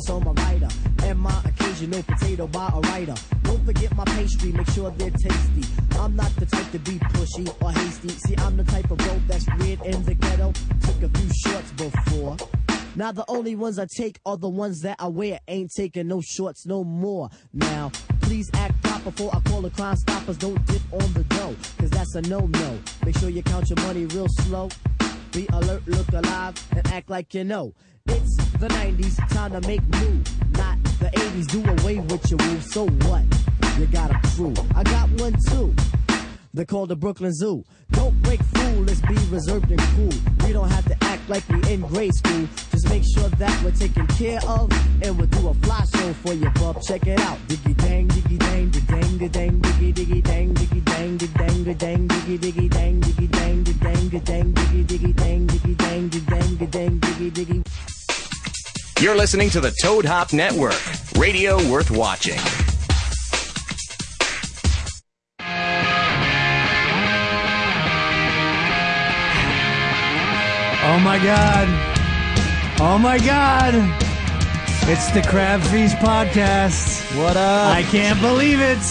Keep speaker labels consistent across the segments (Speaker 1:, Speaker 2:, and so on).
Speaker 1: so I'm a writer. And my occasional potato by a writer. Don't forget my pastry, make sure they're tasty. I'm not the type to be pushy or hasty. See, I'm the type of road that's weird in the ghetto. Took a few shorts before. Now the only ones I take are the ones that I wear. Ain't taking no shorts no more. Now, please act proper before I call the crime stoppers. Don't dip on the dough, cause that's a no-no. Make sure you count your money real slow. Be alert, look alive, and act like you know. It's the 90s, time to make new. Not the 80s, do away with your rules. So what? You got a crew. I got one too. They call the Brooklyn Zoo. Don't break fool, let's be reserved and cool. We don't have to act like we in grade school. Just make sure that we're taken care of, and we'll do a fly show for you, bub. Check it out. Diggy dang, diggy dang, diggy dang, diggy dang, diggy diggy dang, diggy dang, diggy dang, diggy dang, diggy diggy dang, diggy dang, diggy dang, diggy dang, diggy diggy dang, diggy dang, diggy dang, diggy dang, diggy diggy.
Speaker 2: You're listening to the Toad Hop Network, radio worth watching.
Speaker 3: Oh my God. Oh my God. It's the Crab Feast Podcast.
Speaker 4: What up?
Speaker 3: I can't believe it.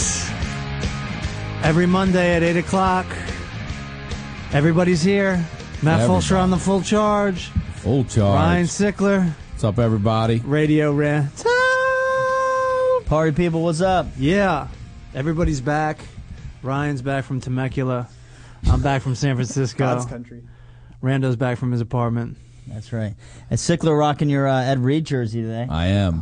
Speaker 3: Every Monday at 8 o'clock. Everybody's here. Matt
Speaker 4: Everybody.
Speaker 3: Fulcher on the full charge.
Speaker 4: Full charge.
Speaker 3: Ryan Sickler.
Speaker 4: What's up, everybody?
Speaker 3: Radio Rant.
Speaker 5: Party people, what's up?
Speaker 3: Yeah. Everybody's back. Ryan's back from Temecula. I'm back from San Francisco.
Speaker 6: God's country.
Speaker 3: Rando's back from his apartment.
Speaker 5: That's right. And Sickler rocking your uh, Ed Reed jersey today.
Speaker 4: I am.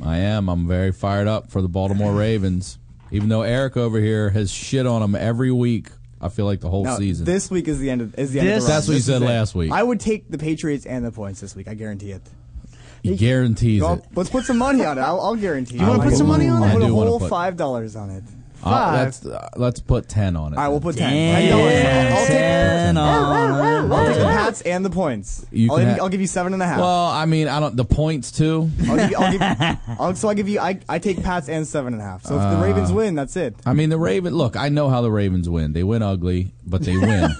Speaker 4: I am. I'm very fired up for the Baltimore Ravens. Even though Eric over here has shit on them every week, I feel like the whole
Speaker 6: No,
Speaker 4: season.
Speaker 6: this week is the end of is the end
Speaker 3: This-
Speaker 6: of the run.
Speaker 3: That's
Speaker 4: what you
Speaker 6: This is
Speaker 4: said
Speaker 6: it.
Speaker 4: last week.
Speaker 6: I would take the Patriots and the points this week. I guarantee it.
Speaker 4: he guarantees
Speaker 6: Well,
Speaker 4: it.
Speaker 6: let's put some money on it. I'll, I'll guarantee. You
Speaker 4: wanna
Speaker 3: put some money on it?
Speaker 6: I'll put
Speaker 4: I
Speaker 6: a
Speaker 4: do wanna
Speaker 6: whole
Speaker 4: put-
Speaker 6: five dollars on it.
Speaker 4: Uh, let's, uh, let's put 10 on it.
Speaker 6: All right, we'll put ten.
Speaker 5: Damn.
Speaker 6: I'll take-
Speaker 5: Ten on.
Speaker 6: I'll take the Pats and the points.
Speaker 4: You
Speaker 6: I'll,
Speaker 4: can
Speaker 6: give,
Speaker 4: ha-
Speaker 6: I'll give you seven and a half.
Speaker 4: well, I mean, I don't. The points, too.
Speaker 6: I'll give you, I'll give you, I'll, so I'll give you. I, I take Pats and seven and a half. So if
Speaker 4: Uh,
Speaker 6: the Ravens win, that's it.
Speaker 4: I mean, the Raven. Look, I know how the Ravens win. They win ugly, but they win,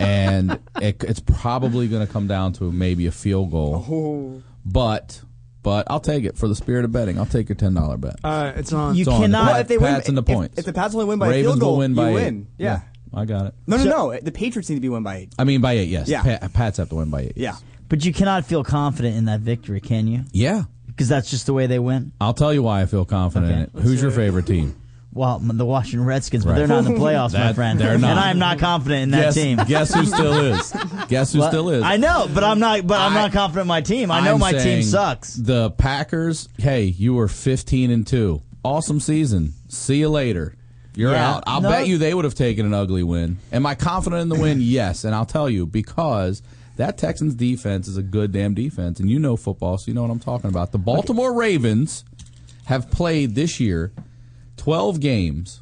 Speaker 4: and it, it's probably going to come down to maybe a field goal. But, but I'll take it for the spirit of betting. I'll take your ten dollar bet.
Speaker 3: All right, it's on.
Speaker 5: You
Speaker 4: It's on.
Speaker 5: cannot.
Speaker 4: Well, if they- Pats
Speaker 6: win,
Speaker 4: and the
Speaker 6: if-
Speaker 4: points.
Speaker 6: If, the Pats only win by a
Speaker 4: Ravens
Speaker 6: field
Speaker 4: will
Speaker 6: goal,
Speaker 4: win by
Speaker 6: you
Speaker 4: eight.
Speaker 6: win. Yeah.
Speaker 4: I got it.
Speaker 6: No, no, no. The Patriots need to be won by eight.
Speaker 4: I mean, by eight, yes.
Speaker 6: Yeah.
Speaker 4: Pa- Pats have to win by eight.
Speaker 6: Yeah.
Speaker 5: but you cannot feel confident in that victory, can you?
Speaker 4: Yeah.
Speaker 5: Because that's just the way they win.
Speaker 4: I'll tell you why I feel confident in
Speaker 5: Okay.
Speaker 4: it. Who's your favorite team?
Speaker 5: Well, m- the Washington Redskins, but
Speaker 4: Right.
Speaker 5: they're not in the playoffs, my
Speaker 4: That-
Speaker 5: friend.
Speaker 4: they're not.
Speaker 5: And I am not confident in that
Speaker 4: guess,
Speaker 5: team.
Speaker 4: guess who still is? Guess who
Speaker 5: Well,
Speaker 4: still is?
Speaker 5: I know, but I'm not. But I, am
Speaker 4: I-
Speaker 5: not confident in my team. I know
Speaker 4: I'm
Speaker 5: my team
Speaker 4: saying
Speaker 5: sucks.
Speaker 4: The Packers, hey, you were 15 and 2. Awesome season. See you later. You're
Speaker 5: Yeah.
Speaker 4: out. I'll
Speaker 5: No.
Speaker 4: bet you they would have taken an ugly win. Am I confident in the win? yes, and I'll tell you because that Texans defense is a good damn defense and you know football, so you know what I'm talking about. The Baltimore Ravens have played this year 12 games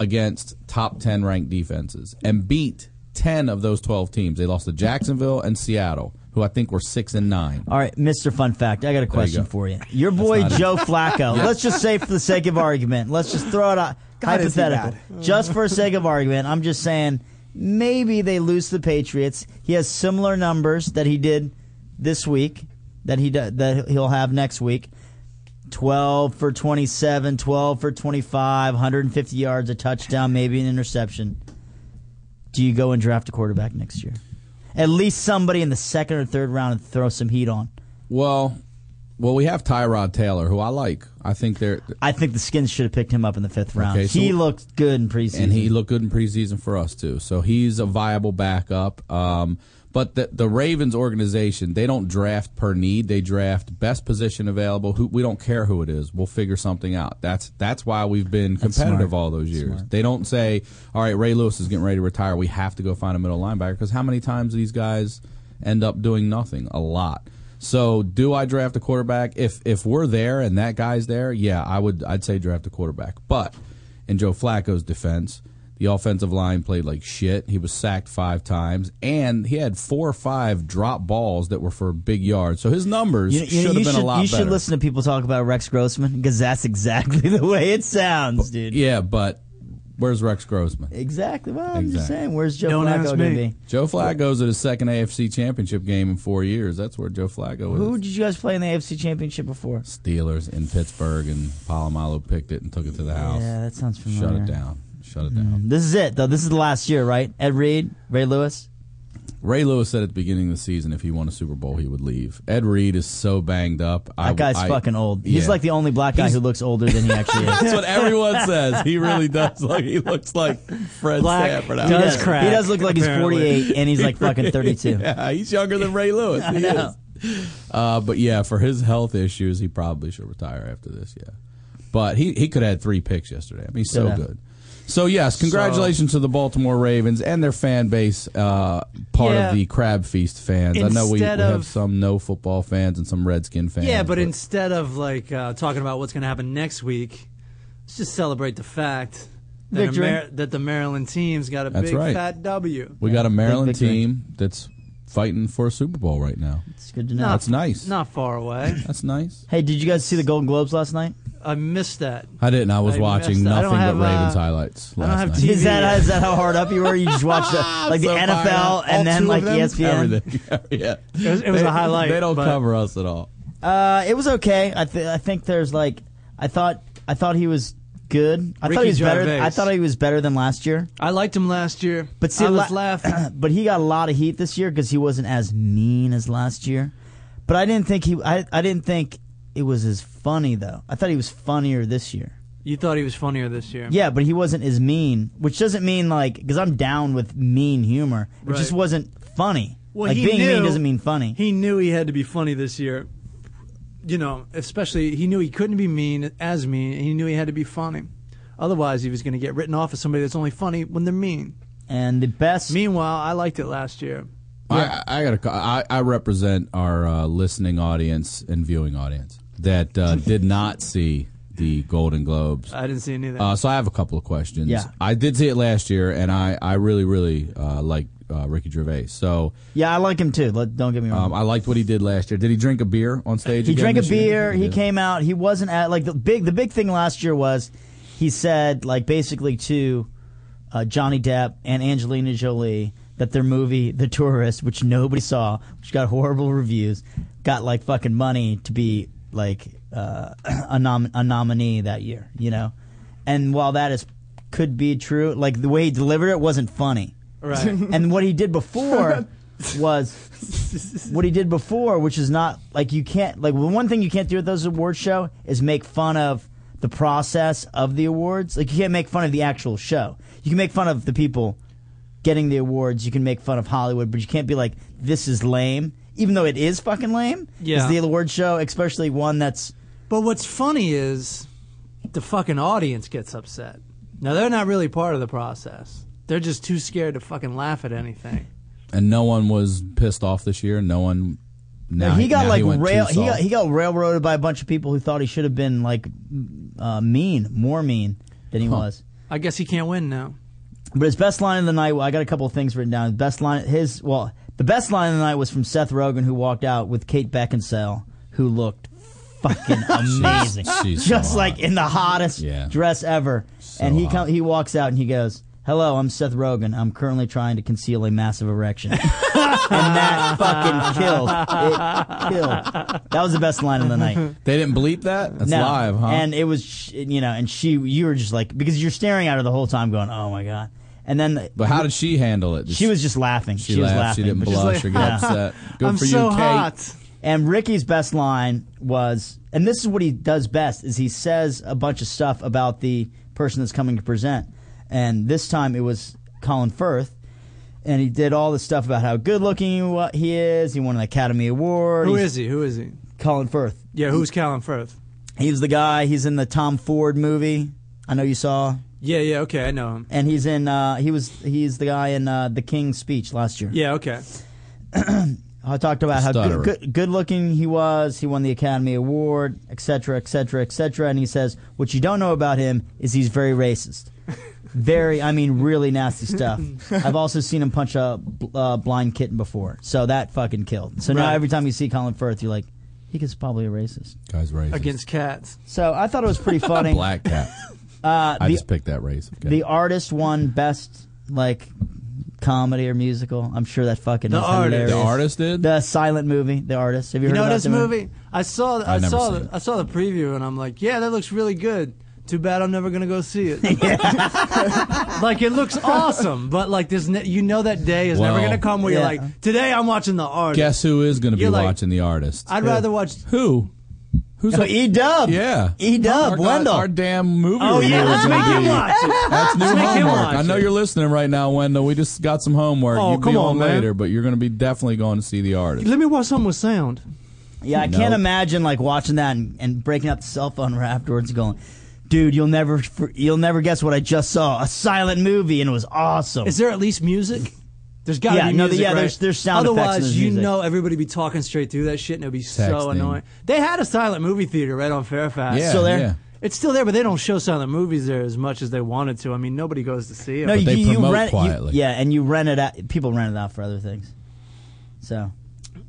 Speaker 4: against top 10 ranked defenses and beat 10 of those 12 teams. They lost to Jacksonville and Seattle, who I think were 6 and 9.
Speaker 5: All right, Mr. Fun Fact, I got a question
Speaker 4: go.
Speaker 5: for you. Your boy
Speaker 4: not it.
Speaker 5: Joe Flacco, let's just say for the sake of argument, let's just throw it out
Speaker 6: God, is he
Speaker 5: hypothetical. Just for sake of argument, I'm just saying maybe they lose to the Patriots. He has similar numbers that he did this week that he do, that he'll have next week. 12 for 27, 12 for 25, 150 yards, a touchdown, maybe an interception. Do you go and draft a quarterback next year? At least somebody in the second or third round and throw some heat on.
Speaker 4: Well, well, we have Tyrod Taylor, who I like. I think they're
Speaker 5: I think the Skins should have picked him up in the fifth round.
Speaker 4: Okay, so-
Speaker 5: he looked good in preseason.
Speaker 4: and he looked good in preseason for us too. So he's a viable backup. Um, but the, the Ravens organization, they don't draft per need. They draft best position available. Who we don't care who it is. We'll figure something out. That's that's why we've been competitive
Speaker 5: smart.
Speaker 4: all those years. They don't say, "All right, Ray Lewis is getting ready to retire. We have to go find a middle linebacker." Because how many times do these guys end up doing nothing? A lot. So, do I draft a quarterback? If if we're there and that guy's there, yeah, I would. I'd say draft a quarterback. But in Joe Flacco's defense, the offensive line played like shit. He was sacked five times, and he had four or five drop balls that were for big yards. So his numbers
Speaker 5: you, you-
Speaker 4: should have
Speaker 5: you
Speaker 4: been a lot
Speaker 5: you
Speaker 4: better.
Speaker 5: should listen to people talk about Rex Grossman because that's exactly the way it sounds, dude.
Speaker 4: Yeah, but Where's Rex Grossman?
Speaker 5: Exactly. Well, I'm just
Speaker 4: Exactly.
Speaker 5: saying, wwhere's Joe
Speaker 3: Don't
Speaker 5: Flacco
Speaker 3: ask
Speaker 5: going to
Speaker 3: me.
Speaker 5: be?
Speaker 4: Joe Flacco's at his second AFC Championship game in four years. That's where Joe Flacco is.
Speaker 5: Who did you guys play in the AFC Championship before?
Speaker 4: Steelers in Pittsburgh, and Palomalo picked it and took it to the house.
Speaker 5: Yeah, that sounds familiar.
Speaker 4: Shut it down. Shut it down.
Speaker 5: This is it, though. This is the last year, right? Ed Reed, Ray Lewis.
Speaker 4: Ray Lewis said at the beginning of the season if he won a Super Bowl, he would leave. Ed Reed is so banged up.
Speaker 5: That guy's fucking old. He's like the only black guy who looks older than he actually is.
Speaker 4: That's what everyone says. He really does. Like he looks like Fred
Speaker 3: Black
Speaker 4: Stafford. out
Speaker 5: He
Speaker 3: does
Speaker 4: there.
Speaker 5: does,
Speaker 3: crack,
Speaker 5: He does look like
Speaker 3: apparently.
Speaker 5: he's 48 and he's like fucking 32.
Speaker 4: Yeah, he's younger than Ray Lewis. He is. Uh, but yeah, for his health issues, he probably should retire after this. Yeah, but he he could have had three picks yesterday. I mean, he's so
Speaker 5: Could have.
Speaker 4: good. So yes, congratulations to the Baltimore Ravens and their fan base, uh, part
Speaker 3: Yeah.
Speaker 4: of the Crab Feast fans. I know we, we
Speaker 3: Instead
Speaker 4: have
Speaker 3: of-
Speaker 4: some no football fans and some Redskin fans.
Speaker 3: Yeah, but, instead of like uh, talking about what's going to happen next week, let's just celebrate the fact that,
Speaker 5: Victory.
Speaker 3: that the Maryland team's got a
Speaker 4: That's
Speaker 3: big
Speaker 4: right.
Speaker 3: fat W.
Speaker 4: we got a Maryland
Speaker 5: victory.
Speaker 4: team that's fighting for a Super Bowl right now.
Speaker 5: It's good to know.
Speaker 4: That's nice.
Speaker 3: Not far away.
Speaker 4: That's nice.
Speaker 5: Hey, did you guys see the Golden Globes last night?
Speaker 3: I missed that.
Speaker 4: I didn't. I was
Speaker 3: I
Speaker 4: watching
Speaker 3: missed that. I don't
Speaker 4: nothing but
Speaker 3: have, uh,
Speaker 4: Ravens highlights
Speaker 3: I
Speaker 4: last
Speaker 3: don't have
Speaker 4: night.
Speaker 3: TV.
Speaker 5: Is that, is that how hard up you were? You just watched the, like the
Speaker 4: So fired
Speaker 5: NFL
Speaker 4: up.
Speaker 5: and
Speaker 6: All
Speaker 5: then
Speaker 6: two
Speaker 5: like E
Speaker 6: of them?
Speaker 5: ESPN?
Speaker 4: Everything. yeah.
Speaker 3: It was, it was
Speaker 4: They-
Speaker 3: a highlight.
Speaker 4: They don't
Speaker 3: but
Speaker 4: cover us at all.
Speaker 5: Uh, it was okay. I th- I think there's like I thought I thought he was good. I thought
Speaker 3: Ricky
Speaker 5: he was better.
Speaker 3: Gervais.
Speaker 5: I thought he was better than last year.
Speaker 3: I liked him last year.
Speaker 5: But see,
Speaker 3: I was
Speaker 5: la-
Speaker 3: laughing.
Speaker 5: but he got a lot of heat this year because he wasn't as mean as last year. But I didn't think he. I, I didn't think it was as funny though. I thought he was funnier this year.
Speaker 3: You thought he was funnier this year.
Speaker 5: Yeah, but he wasn't as mean, which doesn't mean like because I'm down with mean humor. It just
Speaker 3: Right.
Speaker 5: wasn't funny.
Speaker 3: Well,
Speaker 5: like
Speaker 3: he
Speaker 5: being mean
Speaker 3: knew-
Speaker 5: doesn't mean funny.
Speaker 3: He knew he had to be funny this year. You know, especially he knew he couldn't be mean as mean. and He knew he had to be funny. Otherwise, he was going to get written off as somebody that's only funny when they're mean.
Speaker 5: and the best.
Speaker 3: Meanwhile, I liked it last year.
Speaker 4: I, I gotta. co- I, I represent our uh, listening audience and viewing audience that uh, did not see the Golden Globes.
Speaker 3: I didn't see anything.
Speaker 4: Uh, so I have a couple of questions.
Speaker 5: Yeah.
Speaker 4: I did see it last year, and I, I really really uh, like uh, Ricky Gervais. So
Speaker 5: yeah, I like him too. Let, don't get me wrong.
Speaker 4: um, I liked what he did last year. Did he drink a beer on stage?
Speaker 5: He
Speaker 4: again
Speaker 5: drank a
Speaker 4: this year?
Speaker 5: beer. He
Speaker 4: did.
Speaker 5: came out. He wasn't at like the big. The big thing last year was he said like basically to uh, Johnny Depp and Angelina Jolie that their movie The Tourist, which nobody saw, which got horrible reviews, got like fucking money to be like uh, a, nom- a nominee that year. You know, and while that is could be true, like the way he delivered it wasn't funny.
Speaker 3: right.
Speaker 5: And what he did before was what he did before, which is not like you can't like the one thing you can't do at those award show is make fun of the process of the awards. Like you can't make fun of the actual show. You can make fun of the people getting the awards. You can make fun of Hollywood, but you can't be like this is lame, even though it is fucking lame. 'Cause
Speaker 3: Yeah.
Speaker 5: the award show, especially one that's
Speaker 3: But what's funny is the fucking audience gets upset. Now they're not really part of the process. They're just too scared to fucking laugh at anything.
Speaker 4: and no one was pissed off this year. No one. Now
Speaker 5: he got
Speaker 4: now
Speaker 5: like
Speaker 4: went too
Speaker 5: rail. He
Speaker 4: soft.
Speaker 5: got, he got railroaded by a bunch of people who thought he should have been like m- uh, mean, more mean than he was.
Speaker 3: I guess he can't win now.
Speaker 5: But his best line of the night, well, I got a couple of things written down. Best line, his well, the best line of the night was from Seth Rogen, who walked out with Kate Beckinsale, who looked fucking amazing,
Speaker 4: she's so
Speaker 5: just
Speaker 4: hot.
Speaker 5: like in the hottest
Speaker 4: Yeah.
Speaker 5: dress ever. and he
Speaker 4: hot.
Speaker 5: come, he walks out and he goes. Hello, I'm Seth Rogen. I'm currently trying to conceal a massive erection. and that fucking killed. It killed. That was the best line of the night.
Speaker 4: They didn't bleep that. That's
Speaker 5: No.
Speaker 4: live, huh?
Speaker 5: And it was, sh- you know, and she, you were just like, because you're staring at her the whole time going, oh my God. And then
Speaker 4: but how did she handle it?
Speaker 5: she was just laughing. She,
Speaker 4: She,
Speaker 5: was
Speaker 4: laughed.
Speaker 5: laughing.
Speaker 4: She didn't
Speaker 5: but just
Speaker 4: blush
Speaker 5: like-
Speaker 4: or get upset. Good
Speaker 3: I'm
Speaker 4: for
Speaker 3: so
Speaker 4: you, Kate.
Speaker 3: hot.
Speaker 5: and Ricky's best line was, and this is what he does best, is he says a bunch of stuff about the person that's coming to present. And this time it was Colin Firth. And he did all this stuff about how good looking he wa- he is. He won an Academy Award.
Speaker 3: Who
Speaker 5: He's-
Speaker 3: is he? Who is he?
Speaker 5: Colin Firth?
Speaker 3: Yeah, who's Callan Firth?
Speaker 5: He's the guy. He's in the Tom Ford movie. I know you saw.
Speaker 3: Yeah, yeah, okay, I know him.
Speaker 5: And he's in. Uh, he was. He's the guy in uh, the King's Speech last year.
Speaker 3: Yeah, okay.
Speaker 5: I talked about how
Speaker 4: Stutterer.
Speaker 5: good, good, good looking he was. He won the Academy Award, et cetera, et cetera, et cetera. And he says, what you don't know about him is he's very racist. Very, I mean, really nasty stuff. I've also seen him punch a bl- uh, blind kitten before. So that fucking killed. So now
Speaker 3: Right.
Speaker 5: every time you see Colin Firth, you're like, he is probably a racist.
Speaker 4: Guys, racist.
Speaker 3: Against cats.
Speaker 5: So I thought it was pretty funny.
Speaker 4: black cat.
Speaker 5: Uh,
Speaker 4: I
Speaker 5: the,
Speaker 4: just picked that race. Okay.
Speaker 5: the artist won best like comedy or musical. I'm sure that fucking
Speaker 3: The
Speaker 5: is
Speaker 3: artist.
Speaker 5: hilarious.
Speaker 4: The artist did.
Speaker 5: the silent movie, the artist. Have you,
Speaker 3: You
Speaker 5: heard
Speaker 3: know
Speaker 5: about
Speaker 3: this
Speaker 5: the movie?
Speaker 3: movie? I saw I
Speaker 4: I've never
Speaker 3: saw
Speaker 4: seen
Speaker 3: the,
Speaker 4: it.
Speaker 3: I saw the preview and I'm like, yeah, that looks really good. Too bad I'm never gonna go see it. like it looks awesome, but like there's ne- you know that day is never
Speaker 4: Well-
Speaker 3: gonna come where
Speaker 5: Yeah.
Speaker 3: you're like, today I'm watching the artist.
Speaker 4: Guess who is going to be
Speaker 3: You're like-
Speaker 4: watching the artist?
Speaker 3: I'd rather watch.
Speaker 4: who? Who's
Speaker 5: So
Speaker 4: a-
Speaker 5: E Dub.
Speaker 4: Yeah.
Speaker 5: E
Speaker 4: Our
Speaker 5: Dub.
Speaker 4: god-
Speaker 5: Wendell.
Speaker 4: Our damn movie.
Speaker 3: Oh yeah,
Speaker 4: review is
Speaker 3: let's
Speaker 4: gonna
Speaker 3: make him
Speaker 4: be-
Speaker 3: watch it.
Speaker 4: That's new
Speaker 3: make him
Speaker 4: homework.
Speaker 3: watch
Speaker 4: I know
Speaker 3: it.
Speaker 4: you're listening right now, Wendell. We just got some homework.
Speaker 3: Oh,
Speaker 4: You'll
Speaker 3: come
Speaker 4: be
Speaker 3: on, man.
Speaker 4: later, but you're going to be definitely going to see the artist.
Speaker 3: Let me watch something with sound.
Speaker 5: Yeah, I
Speaker 4: No.
Speaker 5: can't imagine like watching that and, and breaking up the cell phone right afterwards, and going, "Dude, you'll never, f- you'll never guess what I just saw—a silent movie, and it was awesome."
Speaker 3: Is there at least music? There's got to
Speaker 5: Yeah,
Speaker 3: be
Speaker 5: no,
Speaker 3: music.
Speaker 5: yeah,
Speaker 3: right?
Speaker 5: there's- there's sound effects and
Speaker 3: Otherwise,
Speaker 5: there's
Speaker 3: you
Speaker 5: music.
Speaker 3: know everybody be talking straight through that shit, and it'll be so
Speaker 4: Texting.
Speaker 3: annoying. They had a silent movie theater right on Fairfax.
Speaker 4: Yeah,
Speaker 5: still there?
Speaker 4: yeah.
Speaker 3: It's still there, but they don't show silent movies there as much as they wanted to. I mean, nobody goes to see them.
Speaker 5: no,
Speaker 4: But
Speaker 5: you,
Speaker 4: they
Speaker 5: you
Speaker 4: promote
Speaker 5: rent, you-
Speaker 4: quietly.
Speaker 5: yeah, and you rent it out. People rent it out for other things. So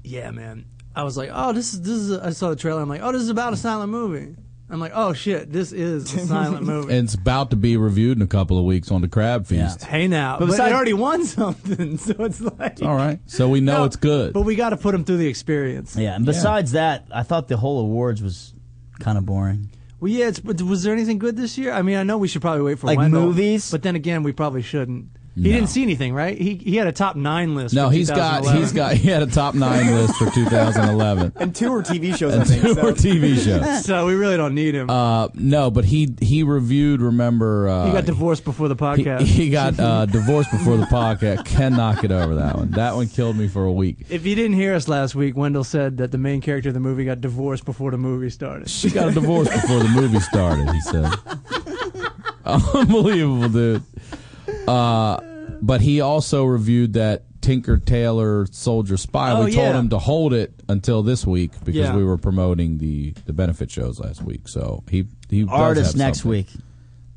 Speaker 3: yeah, man. I was like, oh, this is this is. A, I saw the trailer. I'm like, oh, this is about a silent movie. I'm like, oh shit, this is a silent movie.
Speaker 4: And it's about to be reviewed in a couple of weeks on the Crab Feast.
Speaker 3: hey now, but,
Speaker 5: besides-
Speaker 3: it already won something, so it's like
Speaker 4: All right. So we know
Speaker 3: No,
Speaker 4: it's good.
Speaker 3: But we got to put them through the experience.
Speaker 5: yeah, and besides that, I thought the whole awards was kind of boring.
Speaker 3: Well, yeah. It's, but was there anything good this year? I mean, I know we should probably wait for
Speaker 5: Like
Speaker 3: Wendell,
Speaker 5: movies?
Speaker 3: but then again, we probably shouldn't. He
Speaker 4: No.
Speaker 3: didn't see anything, right? He he had a top nine list.
Speaker 4: no,
Speaker 3: for
Speaker 4: he's got
Speaker 3: 2011.
Speaker 4: he's got he had a top nine list for 2011
Speaker 6: And two were TV shows, I
Speaker 4: and
Speaker 6: think.
Speaker 4: two
Speaker 6: so.
Speaker 4: were TV shows.
Speaker 3: So we really don't need him.
Speaker 4: Uh, no, but he he reviewed. Remember, uh,
Speaker 3: he got divorced before the
Speaker 4: He,
Speaker 3: podcast.
Speaker 4: he got uh, divorced before the podcast. Cannot get over that one. That one killed me for a week.
Speaker 3: if you didn't hear us last week, Wendell said that the main character of the movie got divorced before the movie started.
Speaker 4: She got a divorce before the movie started. He said, "Unbelievable, dude." Uh, but he also reviewed that Tinker Tailor Soldier Spy.
Speaker 3: Oh,
Speaker 4: we told
Speaker 3: yeah.
Speaker 4: him to hold it until this week because
Speaker 3: Yeah.
Speaker 4: we were promoting the the benefit shows last week. So he he does
Speaker 5: Artist
Speaker 4: have
Speaker 5: next
Speaker 4: something.
Speaker 5: week.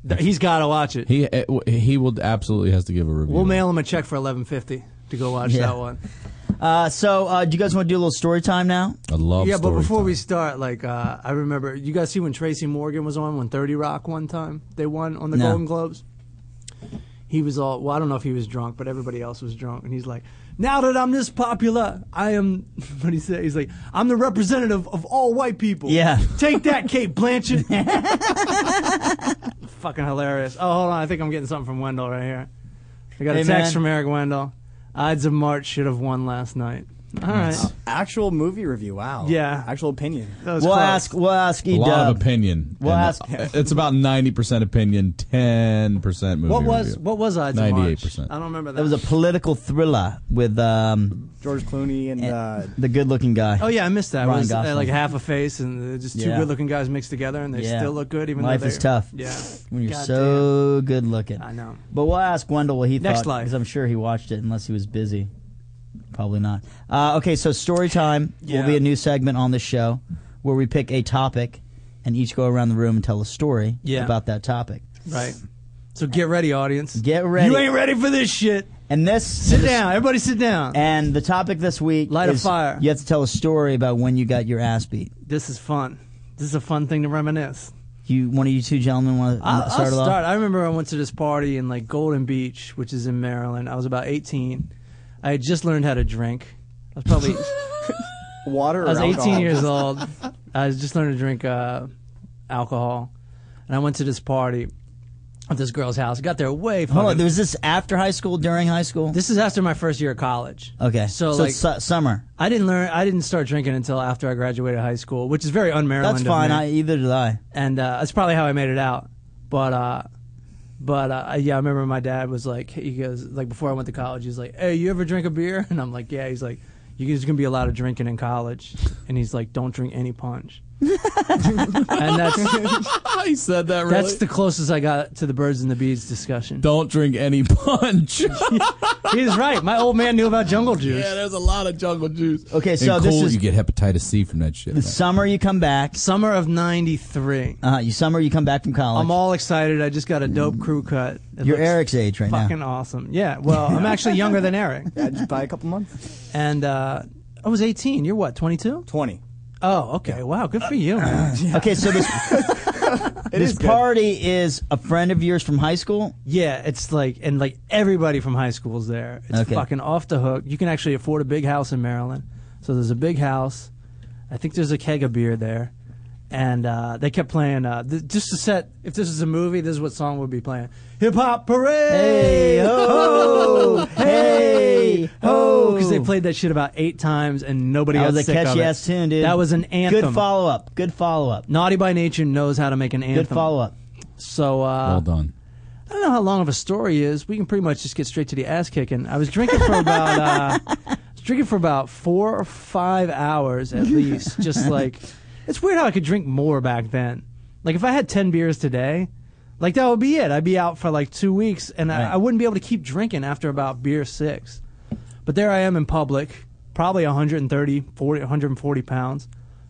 Speaker 3: Th- He's got to watch it.
Speaker 4: He eh, w- he will absolutely has to give a review.
Speaker 3: We'll mail him a check for eleven fifty to go watch
Speaker 5: Yeah.
Speaker 3: that one.
Speaker 5: Uh, so uh, do you guys want to do a little story time now?
Speaker 4: I love.
Speaker 3: yeah, but
Speaker 4: story
Speaker 3: before
Speaker 4: time.
Speaker 3: we start, like uh, I remember, you guys see when Tracy Morgan was on when Thirty Rock one time they won on the
Speaker 5: No.
Speaker 3: Golden Globes. He was all well. I don't know if he was drunk, but everybody else was drunk, and he's like, "Now that I'm this popular, I am." What he say? He's like, "I'm the representative of all white people."
Speaker 5: Yeah.
Speaker 3: take that, Kate Blanchett. Fucking hilarious. Oh, hold on, I think I'm getting something from Wendell right here. I got
Speaker 5: Hey,
Speaker 3: a text
Speaker 5: man.
Speaker 3: from Eric Wendell. Ides of March should have won last night. All right.
Speaker 6: Actual movie review. Wow.
Speaker 3: Yeah.
Speaker 6: Actual opinion.
Speaker 3: That was
Speaker 5: We'll
Speaker 3: close.
Speaker 5: ask. We'll ask E
Speaker 4: a lot of
Speaker 5: Dub.
Speaker 4: opinion.
Speaker 5: We'll
Speaker 4: And,
Speaker 5: ask-
Speaker 4: uh, It's about ninety percent opinion, ten percent movie.
Speaker 3: What was
Speaker 4: review.
Speaker 3: what was Ides of March?
Speaker 4: 98%.
Speaker 3: I don't remember that.
Speaker 5: That was a political thriller with um,
Speaker 6: George Clooney and uh,
Speaker 5: the good-looking guy.
Speaker 3: Oh yeah, I missed that. It
Speaker 5: Ryan
Speaker 3: was uh,
Speaker 5: Gosling.
Speaker 3: like half a face and uh, just two
Speaker 5: Yeah.
Speaker 3: good-looking guys mixed together, and they
Speaker 5: Yeah.
Speaker 3: still look good. Even
Speaker 5: Life
Speaker 3: though
Speaker 5: is
Speaker 3: they're-
Speaker 5: tough.
Speaker 3: Yeah,
Speaker 5: when you're
Speaker 3: God
Speaker 5: so good looking.
Speaker 3: damn. I know.
Speaker 5: But we'll ask Wendell what he
Speaker 3: Next
Speaker 5: thought
Speaker 3: slide.
Speaker 5: because I'm sure he watched it unless he was busy. Probably not. Uh, okay, so story time will
Speaker 3: Yeah.
Speaker 5: be a new segment on the show where we pick a topic and each go around the room and tell a story
Speaker 3: Yeah.
Speaker 5: about that topic.
Speaker 3: Right. So get ready, audience.
Speaker 5: Get ready.
Speaker 3: You ain't ready for this shit.
Speaker 5: And this
Speaker 3: Sit down, everybody. Sit down.
Speaker 5: And the topic this week
Speaker 3: Light a
Speaker 5: is
Speaker 3: fire.
Speaker 5: You have to tell a story about when you got your ass beat.
Speaker 3: This is fun. This is a fun thing to reminisce.
Speaker 5: You one of you two gentlemen want to
Speaker 3: I'll, I'll
Speaker 5: start
Speaker 3: start.
Speaker 5: it off?
Speaker 3: I remember I went to this party in like Golden Beach, which is in Maryland. I was about 18. I had just learned how to drink. I was probably.
Speaker 6: water.
Speaker 3: I was
Speaker 6: or
Speaker 3: 18
Speaker 6: alcohol?
Speaker 3: years old. I was just learning to drink uh, alcohol, and I went to this party at this girl's house. Got there way.
Speaker 5: Hold on,
Speaker 3: fucking-
Speaker 5: was this after high school, during high school?
Speaker 3: this is after my first year of college.
Speaker 5: okay,
Speaker 3: So,
Speaker 5: so
Speaker 3: like,
Speaker 5: it's su- summer.
Speaker 3: I didn't learn. I didn't start drinking until after I graduated high school, which is very un-Maryland.
Speaker 5: That's
Speaker 3: of
Speaker 5: fine.
Speaker 3: me.
Speaker 5: I, either did I.
Speaker 3: and uh, that's probably how I made it out. But uh, but uh, yeah, I remember my dad was like, he goes like before I went to college, he's like, "Hey, you ever drink a beer?" And I'm like, "Yeah." He's like, "You there's gonna be a lot of drinking in college," and he's like, "Don't drink any punch." and that's
Speaker 4: he said that. Really?
Speaker 3: that's the closest I got to the birds and the bees discussion.
Speaker 4: Don't drink any punch.
Speaker 3: he's right. My old man knew about jungle juice.
Speaker 4: Yeah, there's a lot of jungle juice.
Speaker 5: Okay, so this is-
Speaker 4: you get hepatitis C from that shit.
Speaker 5: The summer you come back.
Speaker 3: Summer of '93.
Speaker 5: Uh, you summer you come back from college.
Speaker 3: I'm all excited. I just got a dope crew cut. It
Speaker 5: You're
Speaker 3: looks
Speaker 5: Eric's age right
Speaker 3: Fucking
Speaker 5: now.
Speaker 3: awesome. Yeah. Well, I'm actually younger than Eric.
Speaker 6: Yeah, just by a couple months.
Speaker 3: and uh, I was 18. You're what, 22?
Speaker 6: Twenty.
Speaker 3: Oh, okay. Wow, good for you. man.
Speaker 5: Okay, so this
Speaker 6: It
Speaker 5: this
Speaker 6: is good.
Speaker 5: party is a friend of yours from high school.
Speaker 3: Yeah, it's like and like everybody from high school's there. It's
Speaker 5: Okay.
Speaker 3: fucking off the hook. You can actually afford a big house in Maryland. So there's a big house. I think there's a keg of beer there, and uh, they kept playing uh, th- just to set. If this is a movie, this is what song would be playing: Hip Hop Parade.
Speaker 5: Hey ho, hey ho,
Speaker 3: Because they played that shit about eight times and nobody
Speaker 5: That
Speaker 3: got
Speaker 5: was a
Speaker 3: sick of
Speaker 5: catchy
Speaker 3: it.
Speaker 5: ass tune, dude.
Speaker 3: That was an anthem.
Speaker 5: Good follow up. Good follow up.
Speaker 3: Naughty by nature knows how to make an anthem.
Speaker 5: Good follow up.
Speaker 3: So uh,
Speaker 4: Well done.
Speaker 3: I don't know how long of a story is. We can pretty much just get straight to the ass kicking. I was drinking for about uh, I was drinking for about four or five hours at least. Just like it's weird how I could drink more back then. Like if I had ten beers today, like that would be it. I'd be out for like two weeks, and I, I wouldn't be able to keep drinking after about beer six. But there I am in public, probably 130, 40, 140 pounds,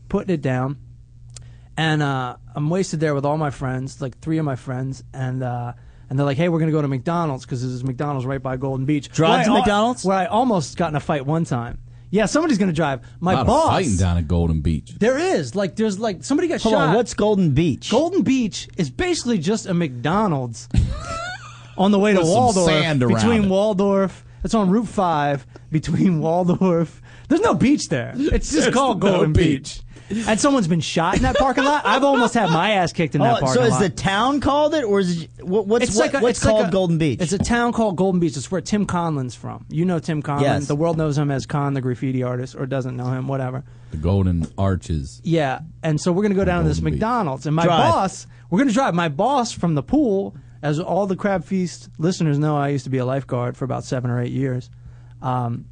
Speaker 3: putting it down and uh, I'm wasted there with all my friends, like three of my friends, and uh, and they're like, "Hey, we're gonna go to McDonald's because there's McDonald's right by Golden Beach."
Speaker 5: Drive
Speaker 3: Where I
Speaker 5: to
Speaker 3: al-
Speaker 5: McDonald's?
Speaker 3: where I almost got in a fight one time. Yeah, somebody's gonna drive. My
Speaker 4: A lot
Speaker 3: boss.
Speaker 4: of fighting down at Golden Beach.
Speaker 3: There is like there's like somebody got
Speaker 5: Hold
Speaker 3: shot.
Speaker 5: on. What's Golden Beach? Oh,
Speaker 3: Golden Beach is basically just a McDonald's on the way to
Speaker 4: With some
Speaker 3: Waldorf.
Speaker 4: sand around
Speaker 3: between
Speaker 4: it.
Speaker 3: Waldorf, it's on Route Five between Waldorf. There's no beach there. It's just called
Speaker 4: no
Speaker 3: Golden
Speaker 4: beach.
Speaker 3: Beach. And someone's been shot in that parking lot. I've almost had my ass kicked in that
Speaker 5: Oh,
Speaker 3: parking
Speaker 5: so is
Speaker 3: lot.
Speaker 5: the town called it, or is it, what, what's
Speaker 3: it's
Speaker 5: what-
Speaker 3: like a,
Speaker 5: what's
Speaker 3: it's like
Speaker 5: called
Speaker 3: a-
Speaker 5: Golden Beach?
Speaker 3: It's a town called Golden Beach. It's where Tim Conlon's from. You know Tim Conlon.
Speaker 5: Yes.
Speaker 3: The world knows him as Con, the graffiti artist, or doesn't know him, whatever.
Speaker 4: The Golden Arches.
Speaker 3: Yeah, and so we're gonna go down to this
Speaker 4: Golden Beach.
Speaker 3: McDonald's, and my
Speaker 5: Drive.
Speaker 3: boss, we're gonna drive. My boss from the pool, as all the Crab Feast listeners know, I used to be a lifeguard for about seven or eight years. Um,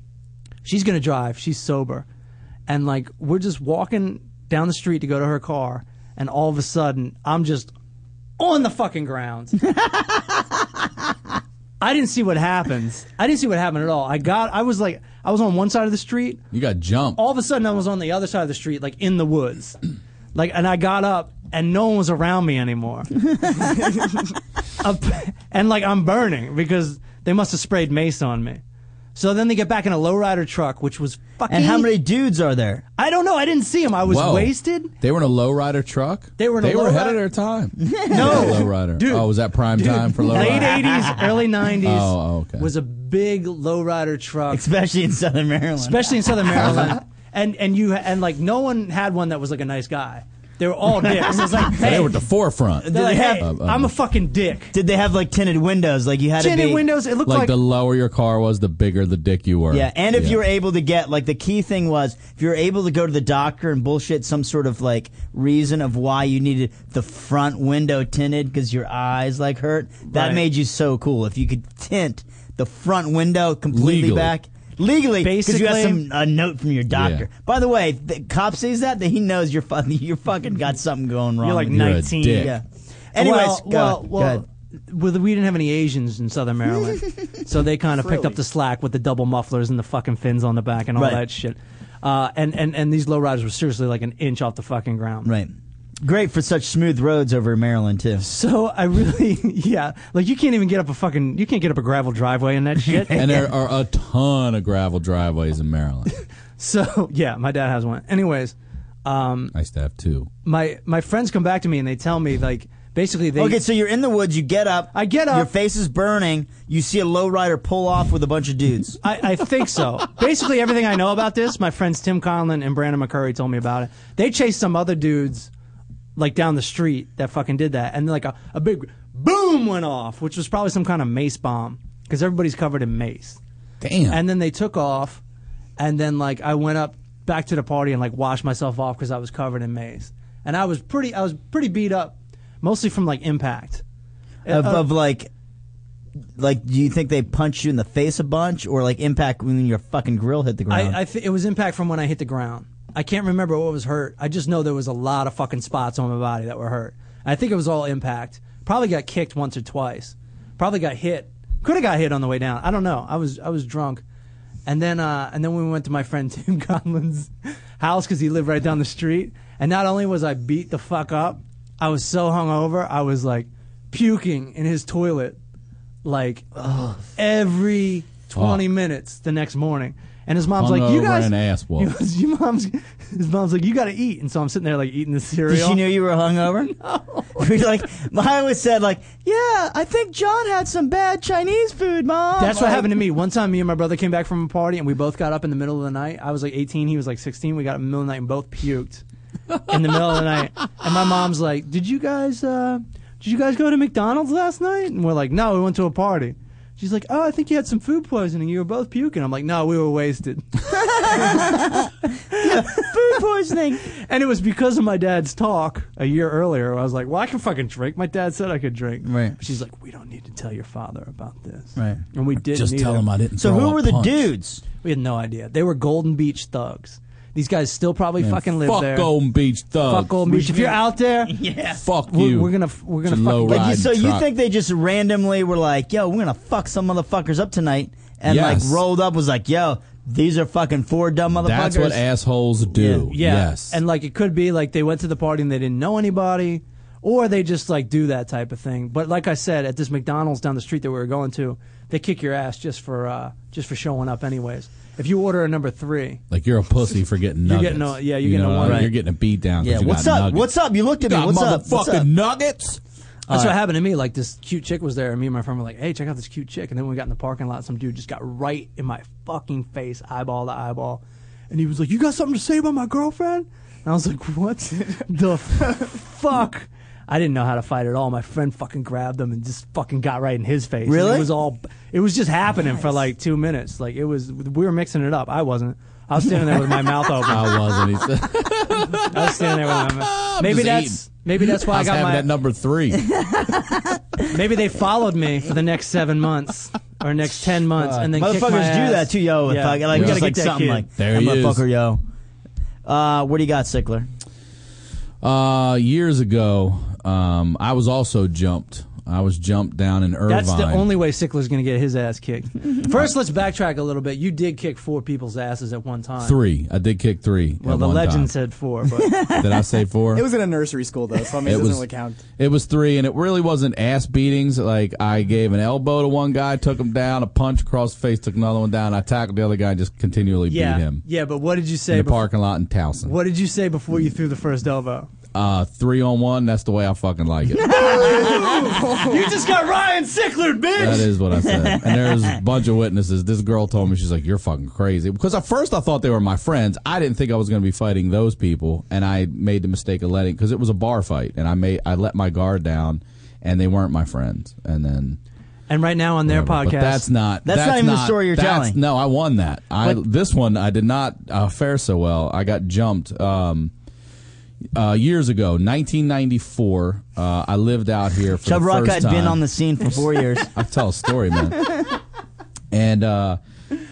Speaker 3: she's gonna drive. She's sober, and like we're just walking down the street to go to her car, and all of a sudden I'm just on the fucking grounds. I didn't see what happens. I didn't see what happened at all. I got. I was like, I was on one side of the street
Speaker 4: You got jumped.
Speaker 3: all of a sudden I was on the other side of the street, like in the woods. Like, and I got up and no one was around me anymore. Up- and like, I'm burning because they must have sprayed mace on me. So then they get back in a lowrider truck, which was fucking.
Speaker 5: and how many dudes are there?
Speaker 3: I don't know. I didn't see him. I was
Speaker 4: Whoa.
Speaker 3: wasted.
Speaker 4: They were in a lowrider truck.
Speaker 3: They were in a
Speaker 4: They were ahead
Speaker 3: lowrider-
Speaker 4: of their time.
Speaker 3: No.
Speaker 4: lowrider.
Speaker 3: Dude.
Speaker 4: Oh, was that prime time for
Speaker 3: Late
Speaker 4: lowrider?
Speaker 3: 80s, early 90s
Speaker 4: Oh, okay.
Speaker 3: was a big lowrider truck.
Speaker 5: Especially in Southern Maryland.
Speaker 3: especially in Southern Maryland. and and you and like no one had one that was like a nice guy. They were all dicks. It's like hey,
Speaker 4: They were at the forefront.
Speaker 3: they're like,
Speaker 5: they have-
Speaker 3: hey,
Speaker 4: Uh, uh,
Speaker 3: I'm a fucking dick.
Speaker 5: Did they have like tinted windows? Like you had to
Speaker 3: Tinted
Speaker 5: be,
Speaker 3: windows. It looked
Speaker 4: like,
Speaker 3: like,
Speaker 4: the lower your car was, the bigger the dick you were.
Speaker 5: Yeah, and if you were able to get like the key thing was if you were able to go to the doctor and bullshit some sort of like reason of why you needed the front window tinted because your eyes like hurt. That
Speaker 3: Right.
Speaker 5: made you so cool if you could tint the front window completely
Speaker 4: Legally.
Speaker 5: back legally because you got
Speaker 3: Basically-
Speaker 5: some a note from your doctor.
Speaker 4: Yeah.
Speaker 5: By the way, if the cop sees that that he knows you're fucking you fucking got something going wrong.
Speaker 3: you're like
Speaker 5: with you.
Speaker 4: You're a
Speaker 3: 19.
Speaker 4: dick.
Speaker 5: yeah. Anyways,
Speaker 3: well,
Speaker 5: go,
Speaker 3: well,
Speaker 5: go
Speaker 3: well,
Speaker 5: ahead.
Speaker 3: well, we didn't have any Asians in Southern Maryland, so they kind of picked up the slack with the double mufflers and the fucking fins on the back and all
Speaker 5: Right.
Speaker 3: that shit. Uh, and and and these lowriders were seriously like an inch off the fucking ground.
Speaker 5: right. Great for such smooth roads over in Maryland too.
Speaker 3: So I really, yeah, like you can't even get up a fucking, you can't get up a gravel driveway in that shit.
Speaker 4: And there are a ton of gravel driveways in Maryland.
Speaker 3: So yeah, my dad has one. Anyways, um,
Speaker 4: nice to have two.
Speaker 3: my my friends come back to me and they tell me like basically they
Speaker 5: Okay, so you're in the woods. You get up.
Speaker 3: I get up.
Speaker 5: Your face is burning. You see a lowrider pull off with a bunch of dudes.
Speaker 3: I, I think so. Basically, everything I know about this, my friends Tim Conlon and Brandon McCurry told me about it. They chased some other dudes like down the street that fucking did that, and like a, a big boom went off, which was probably some kind of mace bomb because everybody's covered in mace.
Speaker 4: Damn.
Speaker 3: And then they took off, and then like I went up back to the party and like washed myself off because I was covered in mace, and I was pretty I was pretty beat up, mostly from like impact. Uh,
Speaker 5: of, of like, like, do you think they punch you in the face a bunch, or like impact when your fucking grill hit the ground?
Speaker 3: I, I th- it was impact from when I hit the ground. I can't remember what was hurt. I just know there was a lot of fucking spots on my body that were hurt. I think it was all impact. Probably got kicked once or twice. Probably got hit. Could have got hit on the way down. I don't know. I was I was drunk, and then uh, and then we went to my friend Tim Conlon's house because he lived right down the street. And not only was I beat the fuck up, I was so hungover. I was like puking in his toilet, like every twenty
Speaker 4: Oh.
Speaker 3: minutes the next morning. And his mom's like,
Speaker 4: Hungover
Speaker 3: "You guys,
Speaker 4: and ass whooped.
Speaker 3: you- your mom's his mom's like, "You got to eat," and so I'm sitting there like eating the cereal.
Speaker 5: Did she knew you were hungover? no. like, I always said, like, yeah, I think John had some bad Chinese food, mom.
Speaker 3: That's what
Speaker 5: Like,
Speaker 3: happened to me. One time, me and my brother came back from a party, and we both got up in the middle of the night. I was like 18, he was like 16. We got up in the middle of the night and both puked in the middle of the night. And my mom's like, "Did you guys, uh, did you guys go to McDonald's last night?" And we're like, "No, we went to a party." She's like, "Oh, I think you had some food poisoning. You were both puking." I'm like, "No, we were wasted."
Speaker 5: Food poisoning.
Speaker 3: And it was because of my dad's talk a year earlier. I was like, "Well, I can fucking drink." My dad said I could drink.
Speaker 4: Right.
Speaker 3: But she's like, "We don't need to tell your father about this."
Speaker 4: Right.
Speaker 3: And we didn't.
Speaker 4: Just tell
Speaker 3: either.
Speaker 4: him I didn't.
Speaker 5: So
Speaker 4: throw
Speaker 5: who
Speaker 4: a
Speaker 5: were the
Speaker 4: punch.
Speaker 5: dudes?
Speaker 3: We had no idea. They were Golden Beach thugs. These guys still probably
Speaker 4: Man,
Speaker 3: fucking live
Speaker 4: fuck
Speaker 3: there.
Speaker 4: Golden Beach thugs.
Speaker 3: Fuck Golden Beach. If you're out there,
Speaker 5: Yeah.
Speaker 4: Fuck
Speaker 3: We're-
Speaker 4: you.
Speaker 3: we're gonna- we're gonna
Speaker 4: It's a
Speaker 3: fucking-
Speaker 5: Like, you,
Speaker 4: low-ride
Speaker 5: so you
Speaker 4: truck.
Speaker 5: think they just randomly were like, yo, we're going to fuck some motherfuckers up tonight. And
Speaker 4: Yes.
Speaker 5: like rolled up was like, yo, these are fucking four dumb motherfuckers.
Speaker 4: That's what assholes do.
Speaker 3: yeah.
Speaker 4: Yes.
Speaker 3: And like it could be like they went to the party and they didn't know anybody, or they just like do that type of thing. But like I said, at this McDonald's down the street that we were going to, they kick your ass just for uh, just for showing up, anyways. If you order a number three,
Speaker 4: like you're a pussy for getting
Speaker 3: You're
Speaker 4: nuggets.
Speaker 3: getting a- yeah, you're
Speaker 4: You
Speaker 3: getting a
Speaker 4: know,
Speaker 3: one-
Speaker 4: You're
Speaker 5: Right.
Speaker 4: getting a beat down. 'cause
Speaker 5: Yeah,
Speaker 4: you
Speaker 5: what's
Speaker 4: got
Speaker 5: up?
Speaker 4: nuggets.
Speaker 5: What's up? You looked at me.
Speaker 4: got
Speaker 5: What's up?
Speaker 4: motherfucking
Speaker 5: What's up?
Speaker 4: nuggets.
Speaker 3: That's what happened to me. Like this cute chick was there, and me and my friend were like, "Hey, check out this cute chick." And then when we got in the parking lot, some dude just got right in my fucking face, eyeball to eyeball, and he was like, "You got something to say about my girlfriend?" And I was like, "What the fuck?" I didn't know how to fight at all. My friend fucking grabbed him and just fucking got right in his face. And
Speaker 5: Really?
Speaker 3: it was all. It was just happening for like two minutes. Like it was. We were mixing it up. I wasn't. I was standing there with my mouth open. I
Speaker 4: I wasn't. He said.
Speaker 3: was standing there with my mouth. Maybe
Speaker 4: just
Speaker 3: that's. Maybe that's why
Speaker 4: I
Speaker 3: I,
Speaker 4: was
Speaker 3: got
Speaker 4: having
Speaker 3: my
Speaker 4: that number three.
Speaker 3: Maybe they followed me for the next seven months or next ten months, and then
Speaker 5: Motherfuckers
Speaker 3: kicked
Speaker 5: do
Speaker 3: my ass.
Speaker 5: that too, yo. If
Speaker 3: Yeah.
Speaker 5: I, like,
Speaker 3: we gotta
Speaker 5: just
Speaker 3: get
Speaker 5: like
Speaker 3: that
Speaker 5: something
Speaker 3: kid.
Speaker 5: like,
Speaker 4: There
Speaker 5: that
Speaker 4: he is.
Speaker 5: motherfucker, yo. Uh, what do you got, Sickler?
Speaker 4: Uh, years ago, um, I was also jumped. I was jumped down in Irvine.
Speaker 3: That's the only way Sickler's gonna get his ass kicked. First, let's backtrack a little bit. You did kick four people's asses at one time.
Speaker 4: three. I did kick three.
Speaker 3: Well,
Speaker 4: at
Speaker 3: the
Speaker 4: one
Speaker 3: legend
Speaker 4: time.
Speaker 3: said four, but
Speaker 4: Did I say four?
Speaker 6: It was in a nursery school though, so I mean, it, doesn't really count.
Speaker 4: It was three, and it really wasn't ass beatings. Like I gave an elbow to one guy, took him down, a punch across the face, took another one down. I tackled the other guy, just continually
Speaker 3: yeah,
Speaker 4: beat him
Speaker 3: yeah. But what did you
Speaker 4: in
Speaker 3: say?
Speaker 4: the
Speaker 3: before-
Speaker 4: parking lot in Towson.
Speaker 3: What did you say before you threw the first elbow?
Speaker 4: Uh, three on one. That's the way I fucking like it.
Speaker 3: you just got Ryan Sickler,
Speaker 4: That
Speaker 3: bitch.
Speaker 4: is what I said. And there's a bunch of witnesses. This girl told me she's like, "You're fucking crazy." Because at first I thought they were my friends. I didn't think I was going to be fighting those people, and I made the mistake of letting because it was a bar fight, and I made I let my guard down, and they weren't my friends. And then
Speaker 3: And right now on their
Speaker 4: whatever.
Speaker 3: podcast,
Speaker 4: But that's not.
Speaker 5: That's not even the story you're
Speaker 4: that's-
Speaker 5: telling.
Speaker 4: No, I won that. I
Speaker 5: But-
Speaker 4: this one I did not uh, fare so well. I got jumped. Um, uh, years ago, 1994, uh, I lived out here for
Speaker 5: Chub
Speaker 4: the
Speaker 5: Rock
Speaker 4: first
Speaker 5: had
Speaker 4: time.
Speaker 5: been on the scene for four years.
Speaker 4: I'll tell a story, man. and uh,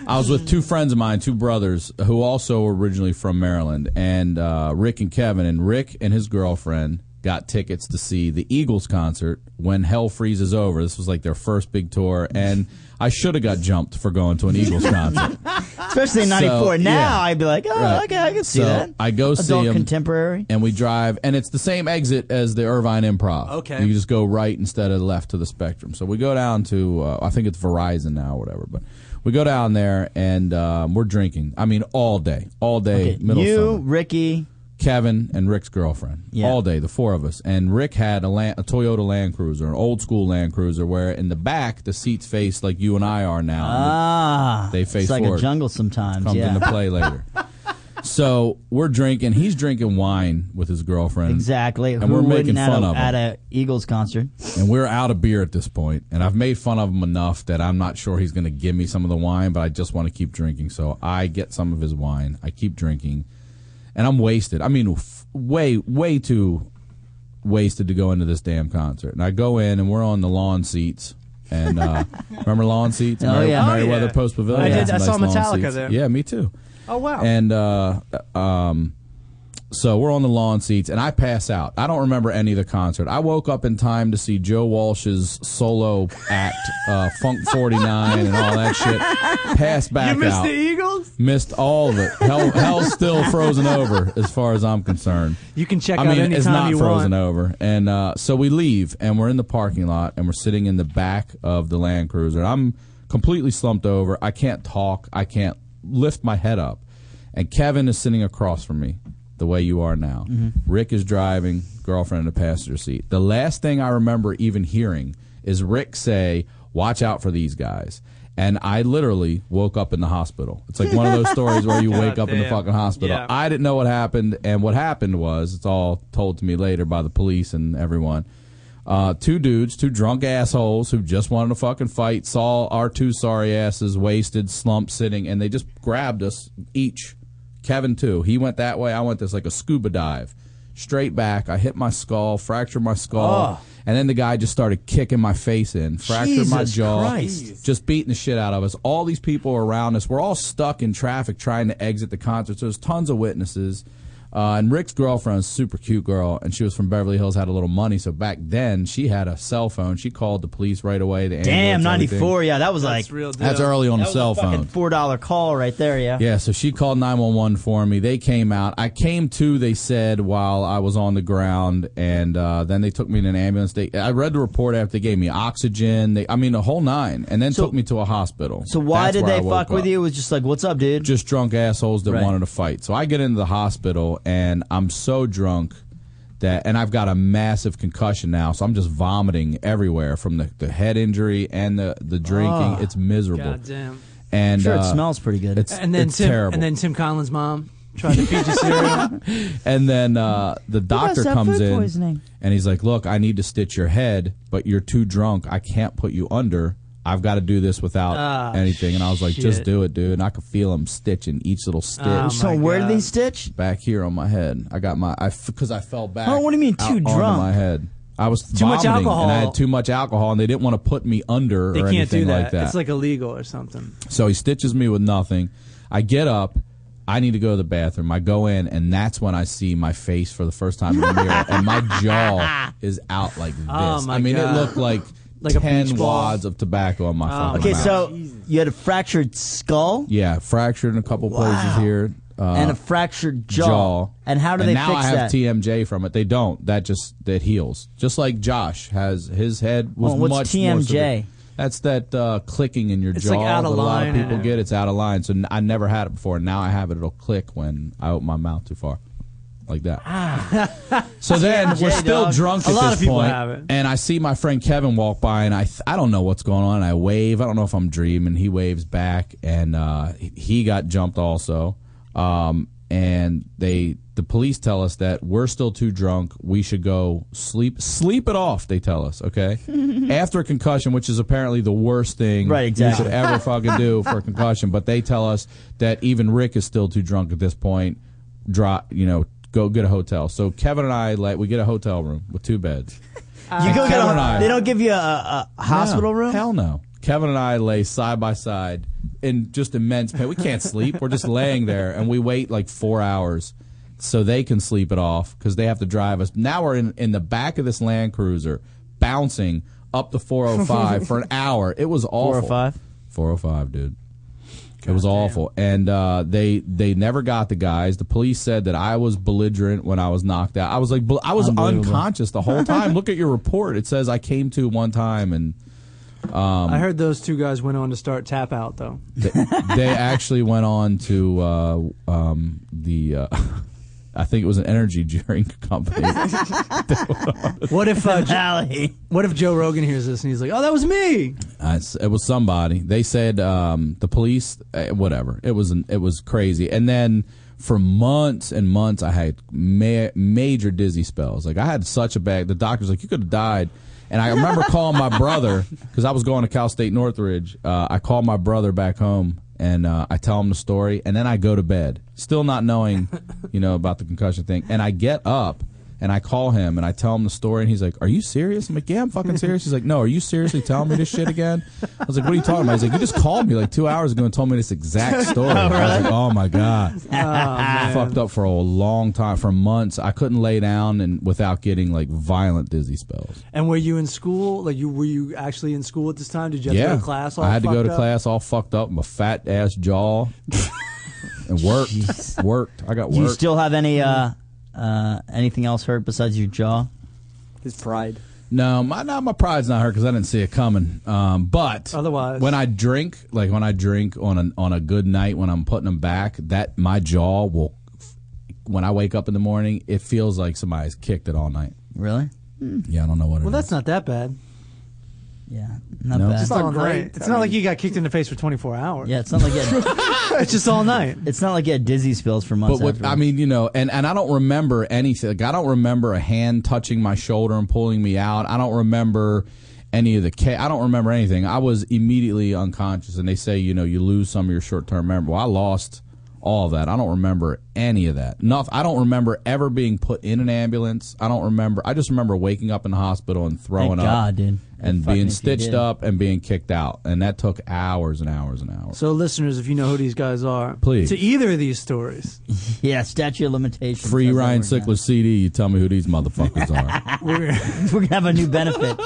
Speaker 4: I was with two friends of mine, two brothers, who also were originally from Maryland, and uh, Rick and Kevin. And Rick and his girlfriend got tickets to see the Eagles concert when Hell Freezes Over. This was like their first big tour, and I should have got jumped for going to an Eagles concert.
Speaker 5: Especially in
Speaker 4: So,
Speaker 5: 94. now
Speaker 4: yeah.
Speaker 5: I'd be like, oh,
Speaker 4: Right.
Speaker 5: okay, I can see
Speaker 4: So
Speaker 5: that.
Speaker 4: I go see
Speaker 5: Adult
Speaker 4: him.
Speaker 5: contemporary.
Speaker 4: and we drive, and it's the same exit as the Irvine Improv.
Speaker 3: Okay.
Speaker 4: you just go right instead of left to the Spectrum. So we go down to uh, I think it's Verizon now, or whatever. But we go down there and um, we're drinking. I mean, all day, all day, middle
Speaker 5: you,
Speaker 4: summer.
Speaker 5: Ricky.
Speaker 4: Kevin and Rick's girlfriend
Speaker 5: Yeah.
Speaker 4: all day, the four of us. And Rick had a, land, a Toyota Land Cruiser, an old school Land Cruiser, where in the back the seats face like you and I are now.
Speaker 5: Ah.
Speaker 4: They face
Speaker 5: It's like
Speaker 4: forward.
Speaker 5: a jungle sometimes.
Speaker 4: comes
Speaker 5: yeah.
Speaker 4: into play later. So we're drinking. He's drinking wine with his girlfriend.
Speaker 5: Exactly.
Speaker 4: And
Speaker 5: Who
Speaker 4: we're making
Speaker 5: wouldn't
Speaker 4: fun
Speaker 5: at a,
Speaker 4: of 'em.
Speaker 5: at a Eagles concert.
Speaker 4: and we're out of beer at this point and i've made fun of him enough that i'm not sure he's going to give me some of the wine but i just want to keep drinking so i get some of his wine i keep drinking and i'm wasted i mean f- way way too wasted to go into this damn concert and i go in and we're on the lawn seats and uh, remember lawn seats
Speaker 5: Oh, yeah. Oh,
Speaker 4: Meriwether
Speaker 3: yeah.
Speaker 4: post pavilion
Speaker 3: I
Speaker 4: had
Speaker 3: did-
Speaker 4: some
Speaker 3: I saw
Speaker 4: nice lawn
Speaker 3: Metallica
Speaker 4: seats.
Speaker 3: there.
Speaker 4: yeah me too
Speaker 3: oh wow.
Speaker 4: and uh, um, so we're on the lawn seats, and I pass out. I don't remember any of the concert. I woke up in time to see Joe Walsh's solo act, uh, Funk 49, and all that shit. Passed back
Speaker 3: you missed
Speaker 4: out.
Speaker 3: the Eagles.
Speaker 4: Missed all of it. Hell, hell's still frozen over, as far as I'm concerned.
Speaker 3: You can check
Speaker 4: I
Speaker 3: out
Speaker 4: mean,
Speaker 3: anytime
Speaker 4: it's not
Speaker 3: you
Speaker 4: frozen
Speaker 3: want.
Speaker 4: over. And uh, so we leave, and we're in the parking lot, and we're sitting in the back of the Land Cruiser. And I'm completely slumped over. I can't talk. I can't lift my head up. And Kevin is sitting across from me, the way you are now. Rick is driving, girlfriend in the passenger seat. The last thing I remember even hearing is Rick say, "Watch out for these guys." And I literally woke up in the hospital. It's like one of those stories where you wake up in the
Speaker 3: Goddamn.
Speaker 4: fucking hospital.
Speaker 3: Yeah.
Speaker 4: I didn't know what happened, and what happened was it's all told to me later by the police and everyone. Uh, two dudes, two drunk assholes who just wanted to fucking fight, saw our two sorry asses wasted, slumped, sitting, and they just grabbed us each. Kevin too. He went that way. I went this like a scuba dive, straight back. I hit my skull, fractured my skull, and then the guy just started kicking my face in, fractured my
Speaker 5: Jesus
Speaker 4: jaw
Speaker 5: Christ.
Speaker 4: just beating the shit out of us. All these people around us, we're all stuck in traffic trying to exit the concert. So there's tons of witnesses. Uh, and Rick's girlfriend, is a super cute girl, and she was from Beverly Hills, had a little money. So back then, she had a cell phone. She called the police right away. The
Speaker 5: Damn,
Speaker 4: ambulance,
Speaker 5: ninety
Speaker 4: everything.
Speaker 5: four. Yeah, that was
Speaker 3: That's
Speaker 5: like
Speaker 3: real deal.
Speaker 4: That's early on
Speaker 5: that
Speaker 4: a
Speaker 5: was
Speaker 4: cell
Speaker 5: a fucking
Speaker 4: phone.
Speaker 5: four dollar call right there. Yeah.
Speaker 4: Yeah, so she called 911 for me. They came out. I came to, they said, while I was on the ground, and uh, then they took me in an ambulance. They, I read the report after they gave me oxygen. They, I mean, the whole nine, and then
Speaker 5: So-
Speaker 4: took me to a hospital.
Speaker 5: So why
Speaker 4: That's
Speaker 5: did
Speaker 4: where
Speaker 5: they
Speaker 4: I woke
Speaker 5: fuck with
Speaker 4: up.
Speaker 5: you? It was just like, what's up, dude?
Speaker 4: Just drunk assholes that
Speaker 5: Right.
Speaker 4: wanted to fight. So I get into the hospital, and I'm so drunk that, and I've got a massive concussion now, so I'm just vomiting everywhere from the, the head injury and the, the drinking. it's miserable.
Speaker 3: Goddamn.
Speaker 4: And
Speaker 5: Ah. sure, it
Speaker 4: uh,
Speaker 5: smells pretty good.
Speaker 4: It's,
Speaker 3: And then
Speaker 4: it's
Speaker 3: Tim,
Speaker 4: terrible.
Speaker 3: and then Tim Collins' mom tried to feed you cereal.
Speaker 4: And then uh, the doctor
Speaker 5: must have
Speaker 4: comes
Speaker 5: food
Speaker 4: in
Speaker 5: poisoning.
Speaker 4: and he's like, "Look, I need to stitch your head, but you're too drunk. I can't put you under. I've got to do this without
Speaker 3: Ah,
Speaker 4: anything." And I was like, "Just
Speaker 3: shit.
Speaker 4: do it, dude." And I could feel him stitching each little stitch
Speaker 3: Oh,
Speaker 5: so
Speaker 3: my
Speaker 5: where did
Speaker 3: God.
Speaker 5: they stitch?
Speaker 4: back here on my head. I got my I because I fell back.
Speaker 5: Oh, what do you mean,
Speaker 4: out
Speaker 5: too
Speaker 4: onto
Speaker 5: drunk?
Speaker 4: My head. I was
Speaker 3: Too much
Speaker 4: vomiting, and I
Speaker 3: alcohol.
Speaker 4: had too much alcohol, and they didn't want to put me under
Speaker 3: They
Speaker 4: or
Speaker 3: can't
Speaker 4: anything
Speaker 3: do that.
Speaker 4: like that.
Speaker 3: It's like illegal or something.
Speaker 4: So he stitches me with nothing. I get up. I need to go to the bathroom. I go in, and that's when I see my face for the first time in the mirror, and my jaw is out like this.
Speaker 3: Oh, my
Speaker 4: I mean,
Speaker 3: God.
Speaker 4: it looked like,
Speaker 3: Like a
Speaker 4: ten
Speaker 3: beach ball. Oh.
Speaker 4: wads of tobacco on my fucking
Speaker 5: Okay,
Speaker 4: mouth.
Speaker 5: so you had a fractured skull
Speaker 4: yeah, fractured in a couple places
Speaker 5: Wow.
Speaker 4: here, uh,
Speaker 5: and a fractured jaw. And how do
Speaker 4: And
Speaker 5: they
Speaker 4: now
Speaker 5: fix
Speaker 4: I have
Speaker 5: that?
Speaker 4: TMJ from it. They don't. That just that heals. Just like Josh has his head was
Speaker 5: Oh, what's
Speaker 4: much More
Speaker 5: TMJ?
Speaker 4: severe. That's that uh, clicking in your
Speaker 3: It's
Speaker 4: jaw
Speaker 3: like out of
Speaker 4: that a lot of
Speaker 3: line.
Speaker 4: people get. It's out of line. So n- I never had it before. Now I have it. It'll click when I open my mouth too far, like that. so then we're still
Speaker 5: Ah. dog.
Speaker 4: drunk
Speaker 3: A
Speaker 4: at
Speaker 3: lot
Speaker 4: this
Speaker 3: of people
Speaker 4: point,
Speaker 3: have it.
Speaker 4: and I see my friend Kevin walk by, and I th- I don't know what's going on. I wave. I don't know if I'm dreaming. He waves back, and uh, he- he got jumped also. Um, and they the police tell us that we're still too drunk. We should go sleep sleep it off. They tell us okay after a concussion, which is apparently the worst thing
Speaker 5: Right, exactly.
Speaker 4: you should ever fucking do for a concussion. But they tell us that even Rick is still too drunk at this point. Drop you know. Go get a hotel. So Kevin and I, like, we get a hotel room with two beds.
Speaker 5: you go get
Speaker 4: Kevin and
Speaker 5: a,
Speaker 4: I-
Speaker 5: They don't give you a, a, a hospital
Speaker 4: No,
Speaker 5: room.
Speaker 4: Hell no. Kevin and I lay side by side in just immense pain. We can't sleep. We're just laying there and we wait like four hours so they can sleep it off because they have to drive us. Now we're in, in the back of this Land Cruiser bouncing up the 405 for an hour. It was awful.
Speaker 5: 405?
Speaker 4: 405, dude. It was awful, and uh, they they never got the guys. The police said that I was belligerent when I was knocked out. I was like, bel- I was
Speaker 5: Unbelievable.
Speaker 4: unconscious the whole time. Look at your report; it says I came to one time, and Um,
Speaker 3: I heard those two guys went on to start tap out though.
Speaker 4: they, they actually went on to uh, um, the. Uh, I think it was an energy drink company.
Speaker 3: What if uh, Jo-
Speaker 5: Alley.
Speaker 3: what if Joe Rogan hears this and he's like, "Oh, that was me."
Speaker 4: I s it was somebody. They said um, the police. eh, Whatever. It was. An, it was crazy. And then for months and months, I had ma- major dizzy spells. Like I had such a bad. The doctor's like, you could have died. And I remember calling my brother because I was going to Cal State Northridge. Uh, I called my brother back home and uh, I tell him the story. And then I go to bed, still not knowing, you know, about the concussion thing. And I get up and I call him and I tell him the story, and he's like, "Are you serious?" I'm like, "Yeah, I'm fucking serious." He's like, "No, are you seriously telling me this shit again?" I was like, "What are you talking about?" He's like, "You just called me like two hours ago and told me this exact story." I was like, "Oh my god, I fucked up for a long time, for months. I couldn't lay down and without getting like violent dizzy spells."
Speaker 3: And were you in school? Like, you were you actually in school at this time? Did you have to
Speaker 4: yeah,
Speaker 3: go to class? All
Speaker 4: I had to go
Speaker 3: fucked
Speaker 4: to
Speaker 3: up?
Speaker 4: class all fucked up, my fat ass jaw, and worked, worked. I got
Speaker 5: Do you
Speaker 4: worked.
Speaker 5: still have any uh, uh, anything else hurt besides your jaw?
Speaker 6: His pride.
Speaker 4: No, my not my pride's not hurt because I didn't see it coming. Um, but
Speaker 3: Otherwise-
Speaker 4: when I drink, like when I drink on a on a good night, when I'm putting them back, that my jaw will f- when I wake up in the morning, it feels like somebody's kicked it all night.
Speaker 5: Really?
Speaker 4: Yeah, I don't know what.
Speaker 3: Well,
Speaker 4: it
Speaker 3: that's
Speaker 4: is.
Speaker 3: not that bad.
Speaker 5: Yeah, not
Speaker 4: No.
Speaker 5: bad.
Speaker 6: It's not
Speaker 3: All
Speaker 6: great.
Speaker 3: night. It's
Speaker 6: I
Speaker 3: not
Speaker 6: mean-
Speaker 3: like you got kicked in the face for 24 hours.
Speaker 5: yeah, it's not like you had,
Speaker 3: it's just all night.
Speaker 5: it's not like you had dizzy spills for months.
Speaker 4: But what
Speaker 5: afterwards.
Speaker 4: I mean, you know, and, and I don't remember anything. Like I don't remember a hand touching my shoulder and pulling me out. I don't remember any of the ca- I don't remember anything. I was immediately unconscious, and they say you know you lose some of your short term memory. Well, I lost all of that. I don't remember any of that. Nothing. I don't remember ever being put in an ambulance. I don't remember. I just remember waking up in the hospital and throwing up,
Speaker 5: God, dude.
Speaker 4: and
Speaker 5: Fucking if
Speaker 4: being
Speaker 5: you
Speaker 4: stitched
Speaker 5: did.
Speaker 4: up and being kicked out, and that took hours and hours and hours.
Speaker 3: So, listeners, if you know who these guys are,
Speaker 4: Please.
Speaker 3: to either of these stories,
Speaker 5: yeah, statute of limitations.
Speaker 4: Free
Speaker 5: That's what
Speaker 4: Ryan
Speaker 5: we're gonna-
Speaker 4: Sickler CD. You tell me who these motherfuckers are.
Speaker 3: we're,
Speaker 5: We're gonna have a new benefit.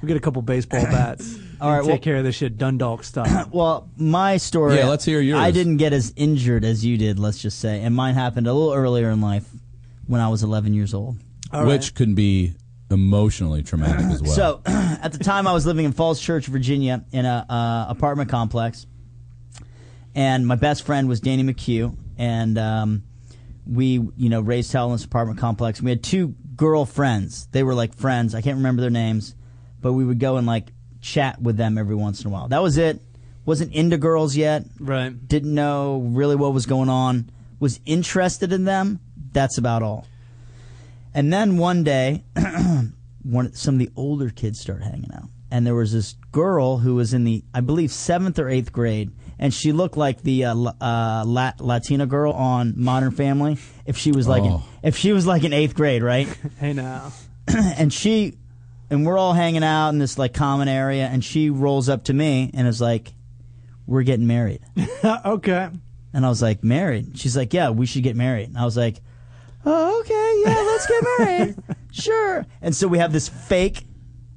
Speaker 3: we get a couple baseball bats.
Speaker 5: All right,
Speaker 3: take
Speaker 5: well-
Speaker 3: care of this shit, Dundalk style.
Speaker 5: Well, my story.
Speaker 4: Yeah, let's hear yours.
Speaker 5: I didn't get as injured as you did. Let's just say, and mine happened a little earlier in life, when I was 11 years old.
Speaker 3: All
Speaker 4: which
Speaker 3: right.
Speaker 4: can be emotionally traumatic as well.
Speaker 5: So, at the time, I was living in Falls Church, Virginia, in a uh, apartment complex, and my best friend was Danny McHugh, and um, we, you know, raised hell in this apartment complex. We had two girl friends. They were like friends. I can't remember their names, but we would go and like chat with them every once in a while. That was it. Wasn't into girls yet.
Speaker 3: Right.
Speaker 5: Didn't know really what was going on. Was interested in them. That's about all. And then one day, one some of the older kids start hanging out, and there was this girl who was in the I believe seventh or eighth grade, and she looked like the uh, La- uh, La- Latina girl on Modern Family. If she was like
Speaker 4: Oh.
Speaker 5: an, if she was like in eighth grade, right?
Speaker 3: Hey now.
Speaker 5: and she and we're all hanging out in this like common area, and she rolls up to me and is like, "We're getting married."
Speaker 3: okay.
Speaker 5: And I was like, married? She's like, yeah, we should get married. And I was like, oh, okay, yeah, let's get married. sure. And so we have this fake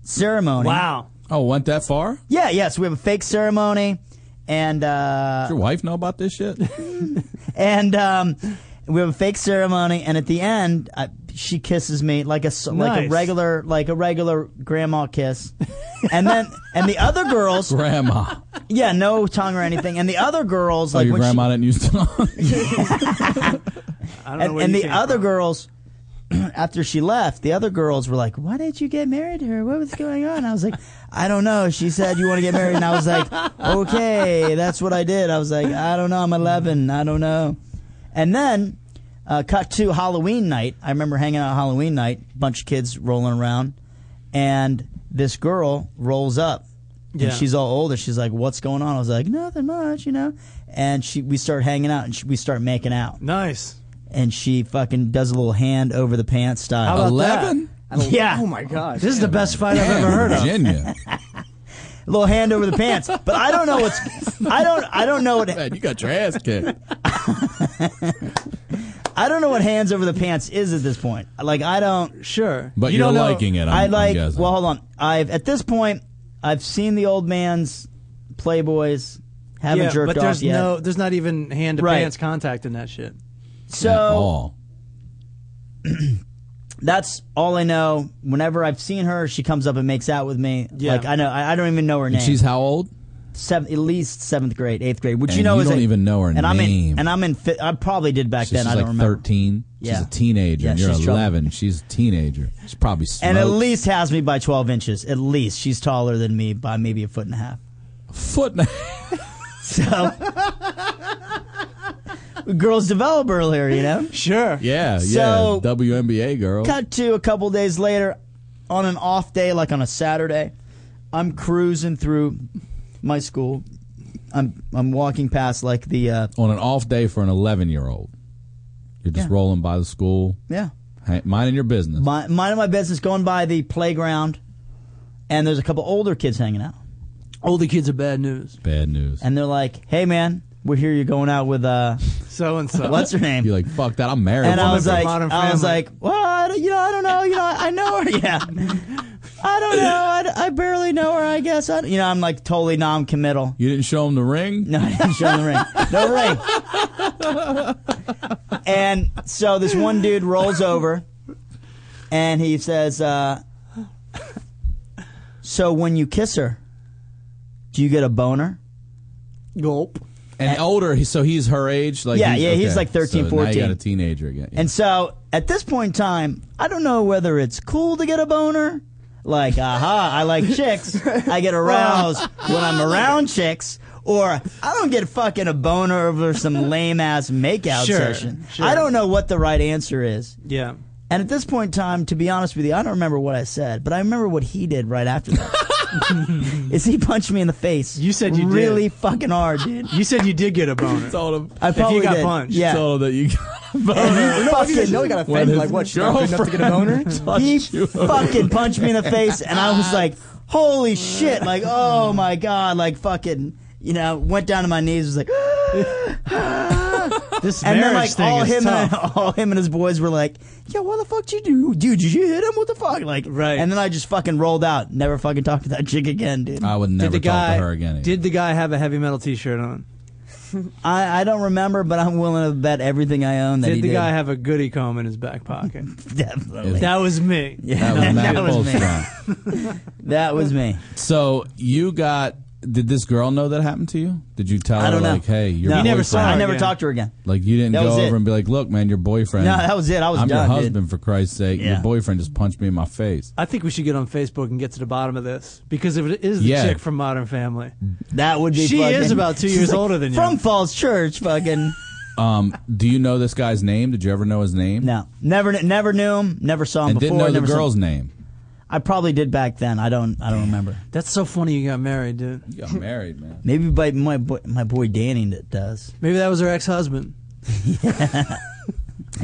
Speaker 5: ceremony.
Speaker 3: Wow.
Speaker 4: oh, went that far?
Speaker 5: Yeah, yeah. So we have a fake ceremony. And, uh,
Speaker 4: Does your wife know about this shit?
Speaker 5: and, um, we have a fake ceremony. And at the end, I, she kisses me like a, s- like a
Speaker 3: Nice.
Speaker 5: regular, like a regular grandma kiss. and then, and the other girls,
Speaker 4: grandma. Oh,
Speaker 5: yeah, no tongue or anything. And the other girls, like,
Speaker 4: your
Speaker 5: when she-
Speaker 4: grandma didn't use to.
Speaker 3: I don't know
Speaker 5: and,
Speaker 3: where
Speaker 5: and the
Speaker 3: you came
Speaker 5: other
Speaker 3: from.
Speaker 5: girls after she left the other girls were like why did you get married to her what was going on i was like i don't know she said you want to get married and i was like okay that's what i did i was like i don't know i'm 11 i don't know and then uh, cut to halloween night i remember hanging out halloween night bunch of kids rolling around and this girl rolls up
Speaker 3: Yeah.
Speaker 5: and she's all older she's like what's going on i was like nothing much you know and she we start hanging out and she, we start making out
Speaker 3: Nice.
Speaker 5: and she fucking does a little hand over the pants
Speaker 3: How
Speaker 5: style.
Speaker 3: about
Speaker 4: Eleven.
Speaker 5: yeah,
Speaker 6: Oh my gosh.
Speaker 3: This is the best fight I've ever heard of.
Speaker 4: Virginia.
Speaker 5: a little hand over the pants. But I don't know what's I don't I don't know what
Speaker 4: Man, you got your ass kicked.
Speaker 5: I don't know what hands over the pants is at this point. Like I don't
Speaker 3: Sure.
Speaker 4: But
Speaker 3: you
Speaker 4: you are
Speaker 3: don't know-
Speaker 4: liking it. I'm,
Speaker 5: I
Speaker 4: I'm
Speaker 5: like
Speaker 4: guessing.
Speaker 5: well hold on. I've at this point I've seen the old man's Playboys haven't
Speaker 3: Yeah,
Speaker 5: jerked
Speaker 3: but there's
Speaker 5: off yet.
Speaker 3: no, there's not even hand to
Speaker 5: Right.
Speaker 3: pants contact in that shit.
Speaker 4: At
Speaker 5: so
Speaker 4: all.
Speaker 5: that's all I know. Whenever I've seen her, she comes up and makes out with me.
Speaker 3: Yeah.
Speaker 5: Like I know I, I don't even know her name.
Speaker 4: And she's how old?
Speaker 5: seventh, at least seventh grade, eighth grade, which you
Speaker 4: And
Speaker 5: know
Speaker 4: you
Speaker 5: is
Speaker 4: don't
Speaker 5: a-
Speaker 4: even know her
Speaker 5: and I'm
Speaker 4: name.
Speaker 5: in, and I'm in. Fi- I probably did back
Speaker 4: She's
Speaker 5: then. I
Speaker 4: like
Speaker 5: don't remember.
Speaker 4: thirteen.
Speaker 5: Yeah.
Speaker 4: She's a teenager.
Speaker 5: Yeah,
Speaker 4: and you're
Speaker 5: she's trouble.
Speaker 4: eleven. She's a teenager. She's probably smoked.
Speaker 5: And at least has me by twelve inches. At least she's taller than me by maybe a foot and a half.
Speaker 4: foot. and a-
Speaker 5: So, girls develop earlier, you know.
Speaker 3: Sure.
Speaker 4: yeah, yeah.
Speaker 5: So-
Speaker 4: WNBA girl.
Speaker 5: Cut to a couple days later, on an off day, like on a Saturday, I'm cruising through my school. I'm I'm walking past like the uh,
Speaker 4: On an off day for an eleven-year-old, you're just
Speaker 5: Yeah.
Speaker 4: rolling by the school,
Speaker 5: yeah
Speaker 4: hey, minding your business.
Speaker 5: my, minding my business, going by the playground, and there's a couple older kids hanging out,
Speaker 3: Older kids are bad news.
Speaker 4: Bad news.
Speaker 5: and they're like, "Hey, man, we hear you're going out with uh,
Speaker 3: So and so.
Speaker 5: what's her name?"
Speaker 4: You're like, fuck that. I'm married.
Speaker 5: and I
Speaker 4: woman.
Speaker 5: was like,
Speaker 3: Modern
Speaker 5: I was
Speaker 3: Family.
Speaker 5: like, "What? you know, I don't know. You know, I know her. Yeah, I don't know. I, I barely know her. I guess. I, you know, I'm like totally non-committal.
Speaker 4: you didn't show him the ring.
Speaker 5: No, I didn't show him the ring. No ring. and so this one dude rolls over and he says, uh, So when you kiss her, do you get a boner?
Speaker 3: Gulp.
Speaker 4: And, older, he- so he's her age. Like
Speaker 5: Yeah,
Speaker 4: he's,
Speaker 5: yeah, he's like 13,
Speaker 4: so Now you
Speaker 5: 14.
Speaker 4: got a teenager again. Yeah.
Speaker 5: And so at this point in time, I don't know whether it's cool to get a boner. Like, aha, I like chicks. I get aroused when I'm around chicks. Or I don't get fucking a boner over some lame ass makeout
Speaker 3: Sure,
Speaker 5: session.
Speaker 3: sure.
Speaker 5: I don't know what the right answer is.
Speaker 3: Yeah.
Speaker 5: And at this point in time, to be honest with you, I don't remember what I said, but I remember what he did right after that. is he punched me in the face?
Speaker 3: You said you did.
Speaker 5: really fucking hard, dude.
Speaker 3: You said you did get a boner.
Speaker 4: told him.
Speaker 5: I probably
Speaker 3: if you got
Speaker 5: did.
Speaker 3: punched.
Speaker 5: Yeah.
Speaker 4: Told him that you.
Speaker 5: And he
Speaker 6: No, if you didn't
Speaker 5: fucking-
Speaker 6: know he got
Speaker 4: When
Speaker 6: offended,
Speaker 4: his
Speaker 6: like what? She's not good enough to get a boner.
Speaker 5: he fucking punched me in the face, and I was like, "Holy shit!" Like, oh my god! Like, fucking, you know, went down to my knees, was like,
Speaker 3: This
Speaker 5: and then
Speaker 3: marriage
Speaker 5: like all
Speaker 3: thing is
Speaker 5: him, and,
Speaker 3: tough.
Speaker 5: all him and his boys were like, "Yo, what the fuck did you do, dude? Did you hit him? What the fuck?" Like,
Speaker 3: Right.
Speaker 5: And then I just fucking rolled out. Never fucking talked to that chick again, dude.
Speaker 4: I would
Speaker 3: Did
Speaker 4: never
Speaker 3: the guy
Speaker 4: talk to her again.
Speaker 3: did the guy have a heavy metal T-shirt on?
Speaker 5: I, I don't remember, but I'm willing to bet everything I own that
Speaker 3: Did
Speaker 5: he
Speaker 3: the
Speaker 5: did.
Speaker 3: guy have a goody comb in his back pocket?
Speaker 5: Definitely.
Speaker 3: that was me.
Speaker 5: Yeah,
Speaker 4: that was Matt
Speaker 5: that was me.
Speaker 4: Bolstrom.
Speaker 5: That was me.
Speaker 4: So you got? Did this girl know that happened to you? Did you tell
Speaker 5: I don't
Speaker 4: her
Speaker 5: know.
Speaker 4: like, hey, your
Speaker 5: No.
Speaker 4: boyfriend?
Speaker 5: You
Speaker 3: never saw
Speaker 5: I
Speaker 3: her
Speaker 5: never
Speaker 3: again.
Speaker 5: talked to her again.
Speaker 4: Like you didn't
Speaker 5: That
Speaker 4: go
Speaker 5: was
Speaker 4: over
Speaker 5: it.
Speaker 4: and be like, look, man, your boyfriend.
Speaker 5: No, that was it. I was
Speaker 4: I'm
Speaker 5: done,
Speaker 4: your
Speaker 5: dude.
Speaker 4: husband for Christ's sake.
Speaker 5: Yeah.
Speaker 4: Your boyfriend just punched me in my face.
Speaker 3: I think we should get on Facebook and get to the bottom of this because if it is the
Speaker 4: Yeah.
Speaker 3: chick from Modern Family,
Speaker 5: That would be.
Speaker 3: She
Speaker 5: fucking,
Speaker 3: is about two
Speaker 5: She's
Speaker 3: years
Speaker 5: like,
Speaker 3: older than you.
Speaker 5: From Falls Church, fucking.
Speaker 4: Um, do you know this guy's name? Did you ever know his name?
Speaker 5: No, never, kn- never knew him. Never saw him
Speaker 4: And
Speaker 5: before.
Speaker 4: didn't know the
Speaker 5: never saw-
Speaker 4: girl's name.
Speaker 5: I probably did back then. I don't. I don't remember.
Speaker 3: that's so funny. You got married, dude.
Speaker 4: You got married, man.
Speaker 5: Maybe by my boy, my boy Danny that does.
Speaker 3: Maybe that was her ex-husband.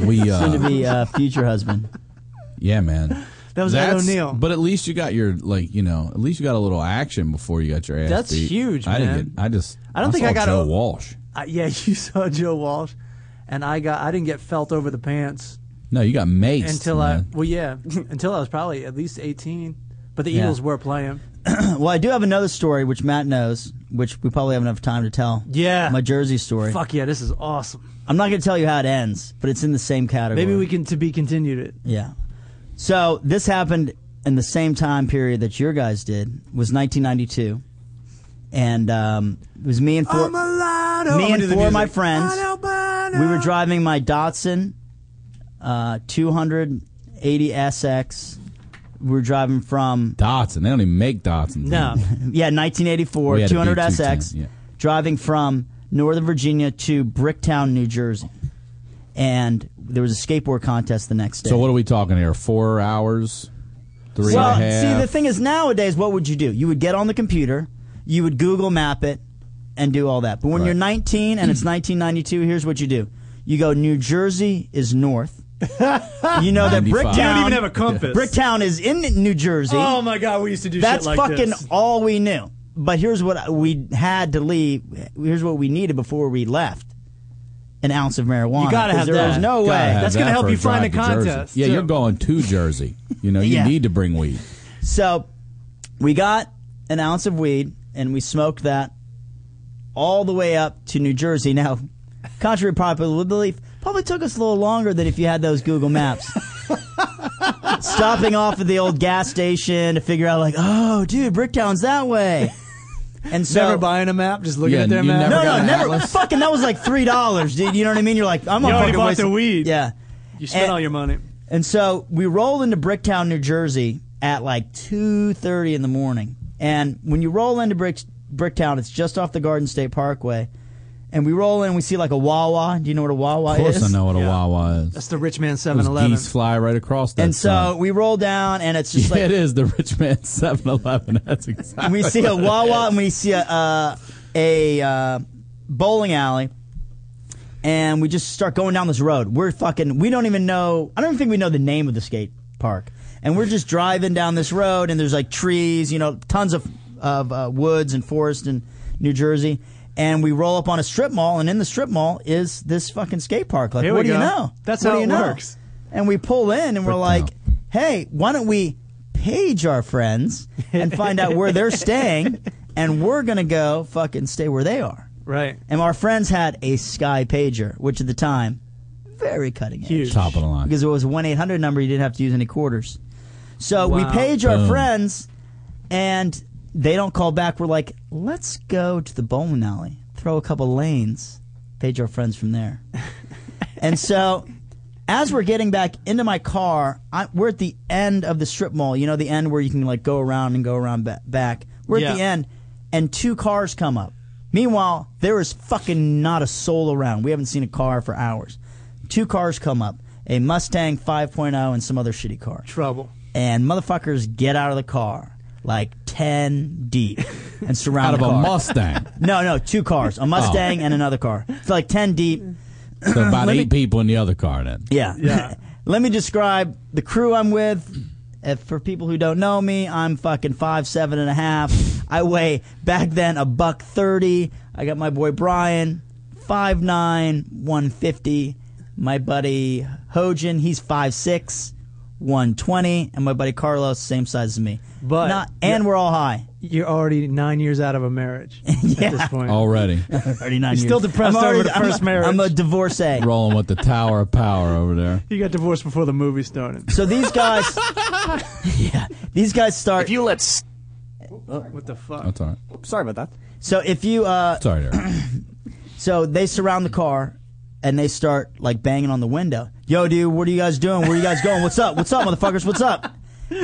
Speaker 4: We
Speaker 5: Soon to
Speaker 4: uh,
Speaker 5: be uh, future husband.
Speaker 4: yeah, man.
Speaker 3: That was Ed
Speaker 4: That's-
Speaker 3: O'Neill.
Speaker 4: But at least you got your like, you know, at least you got a little action before you got your ass.
Speaker 3: That's
Speaker 4: beat.
Speaker 3: huge,
Speaker 4: I
Speaker 3: man.
Speaker 4: Didn't get, I just.
Speaker 3: I don't think
Speaker 4: saw
Speaker 3: I got
Speaker 4: Joe
Speaker 3: a-
Speaker 4: Walsh.
Speaker 3: I, yeah, you saw Joe Walsh, and I got I didn't get felt over the pants
Speaker 4: No, you got maced
Speaker 3: until
Speaker 4: man.
Speaker 3: I well yeah until I was probably at least eighteen. But the
Speaker 5: Yeah.
Speaker 3: Eagles were playing.
Speaker 5: Well, I do have another story which Matt knows, which we probably have enough time to tell.
Speaker 3: Yeah.
Speaker 5: my Jersey story.
Speaker 3: Fuck yeah, this is awesome.
Speaker 5: I'm not going to tell you how it ends, but it's in the same category.
Speaker 3: Maybe we can to be continued it.
Speaker 5: Yeah. So this happened in the same time period that your guys did was 1992, and um, it was me and four. Me and four of my friends. We were driving my Datsun uh, 280 SX. We were driving from
Speaker 4: Dotson. They don't even make Dotson.
Speaker 3: No,
Speaker 5: yeah 1984
Speaker 4: We had a
Speaker 5: 200
Speaker 4: B210,
Speaker 5: SX,
Speaker 4: yeah.
Speaker 5: driving from Northern Virginia to Bricktown, New Jersey, and there was a skateboard contest the next day.
Speaker 4: So what are we talking here? Four hours, three and a
Speaker 5: well,
Speaker 4: half.
Speaker 5: see, the thing is, nowadays, what would you do? You would get on the computer, you would Google map it, and do all that. But when
Speaker 4: Right.
Speaker 5: you're 19 and it's 1992, here's what you do: you go, New Jersey is north. you know that
Speaker 4: 95.
Speaker 5: Bricktown.
Speaker 4: You don't
Speaker 3: even have a compass.
Speaker 5: Bricktown is in New Jersey.
Speaker 3: Oh my god, we used to do
Speaker 5: That's
Speaker 3: shit like
Speaker 5: fucking
Speaker 3: this.
Speaker 5: all we knew. But here's what I- we had to leave. Here's what we needed before we left: an ounce of marijuana.
Speaker 3: You gotta
Speaker 5: 'Cause
Speaker 3: have
Speaker 5: there
Speaker 3: that.
Speaker 5: was no
Speaker 4: Gotta
Speaker 5: way.
Speaker 4: have
Speaker 3: That's gonna
Speaker 4: that
Speaker 3: help
Speaker 4: for
Speaker 3: you
Speaker 4: a
Speaker 3: find
Speaker 4: drive
Speaker 3: a
Speaker 4: to Jersey.
Speaker 3: contest,
Speaker 4: Yeah,
Speaker 3: too.
Speaker 4: you're going to Jersey. You know, you
Speaker 5: Yeah.
Speaker 4: need to bring weed.
Speaker 5: So we got an ounce of weed and we smoked that all the way up to New Jersey. Now, contrary to popular belief, probably took us a little longer than if you had those Google Maps. Stopping off at the old gas station to figure out, like, oh, dude, Bricktown's that way. And so,
Speaker 3: Never buying a map, just looking
Speaker 4: Yeah,
Speaker 3: at their
Speaker 4: you
Speaker 3: map.
Speaker 4: never
Speaker 5: no,
Speaker 4: got
Speaker 5: no,
Speaker 4: an
Speaker 5: never.
Speaker 4: atlas.
Speaker 5: Fucking, that was like three dollars, dude. You know what I mean? You're like, I'm
Speaker 3: You
Speaker 5: not
Speaker 3: already
Speaker 5: fucking
Speaker 3: bought
Speaker 5: wasting-
Speaker 3: the weed.
Speaker 5: Yeah.
Speaker 3: you spent
Speaker 5: and-
Speaker 3: all your money.
Speaker 5: And so we roll into Bricktown, New Jersey at like 2:30 in the morning. And when you roll into Brick, Bricktown, it's just off the Garden State Parkway. And we roll in and we see like a Wawa. Do you know what a Wawa
Speaker 4: Of course,
Speaker 5: is?
Speaker 4: I know what a
Speaker 3: Yeah.
Speaker 4: Wawa is.
Speaker 3: That's the rich man
Speaker 4: Those
Speaker 3: 7-Eleven.
Speaker 4: geese fly right across that.
Speaker 5: And so
Speaker 4: sign.
Speaker 5: we roll down and it's just
Speaker 4: yeah, it
Speaker 5: like
Speaker 4: is the rich man 7-Eleven. That's
Speaker 5: and we
Speaker 4: exactly.
Speaker 5: see a
Speaker 4: what it
Speaker 5: Wawa
Speaker 4: is.
Speaker 5: and we see a uh, a uh, bowling alley. And we just start going down this road. We're fucking. We don't even know. I don't even think we know the name of the skate park. And we're just driving down this road, and there's like trees, you know, tons of of uh, woods and forest in New Jersey. And we roll up on a strip mall, and in the strip mall is this fucking skate park. Like,
Speaker 3: Here
Speaker 5: what
Speaker 3: we
Speaker 5: do you
Speaker 3: go.
Speaker 5: know?
Speaker 3: That's
Speaker 5: What
Speaker 3: how
Speaker 5: do
Speaker 3: it
Speaker 5: you know?
Speaker 3: works.
Speaker 5: And we pull in, and we're
Speaker 4: Bricktown.
Speaker 5: like, hey, why don't we page our friends and find out where they're staying, and we're gonna go fucking stay where they are.
Speaker 3: Right.
Speaker 5: And our friends had a Sky pager, which at the time, very cutting edge,
Speaker 3: Huge.
Speaker 4: top of the line.
Speaker 5: because it was a one eight hundred number. You didn't have to use any quarters. So we
Speaker 3: Wow.
Speaker 5: page our
Speaker 4: Boom.
Speaker 5: friends, and they don't call back. We're like, let's go to the bowling alley. throw a couple lanes, page our friends from there. and so, as we're getting back into my car, I, we're at the end of the strip mall. You know, the end where you can like go around and go around ba- back. We're at the
Speaker 3: Yeah.
Speaker 5: end, and two cars come up. Meanwhile, there is fucking not a soul around. We haven't seen a car for hours. Two cars come up a Mustang 5.0 and some other shitty car
Speaker 3: Trouble.
Speaker 5: and motherfuckers get out of the car like 10 deep and surround
Speaker 4: out of
Speaker 5: the
Speaker 4: a
Speaker 5: car.
Speaker 4: Mustang. Oh.
Speaker 5: no, no, two cars, a Mustang and another car. It's like 10 deep.
Speaker 4: So about eight people in the other car then.
Speaker 5: Yeah.
Speaker 3: Yeah.
Speaker 5: Let me describe the crew I'm with. If, for people who don't know me, I'm fucking five, seven and a half. I weigh back then a buck thirty. I got my boy Brian, five nine, one fifty. My buddy Hojan, he's five six, one twenty, and my buddy Carlos, same size as me.
Speaker 3: But-
Speaker 5: Not- and we're all high.
Speaker 3: You're already nine years out of a marriage
Speaker 5: Yeah.
Speaker 3: at this point.
Speaker 4: Already
Speaker 5: Thirty nine.
Speaker 3: still depressed over the first
Speaker 5: I'm a,
Speaker 3: marriage.
Speaker 5: I'm a divorcee.
Speaker 4: rolling with the tower of power over there.
Speaker 3: You got divorced before the movie started.
Speaker 5: So these guys, yeah, these guys start.
Speaker 2: If you let s-
Speaker 3: What the fuck?
Speaker 4: That's all right.
Speaker 6: Sorry about that.
Speaker 5: so if you uh,
Speaker 4: Sorry, Derek.
Speaker 5: So they surround the car and they start like banging on the window. Yo, dude, what are you guys doing? Where are you guys going? What's up? What's up, motherfuckers? What's up?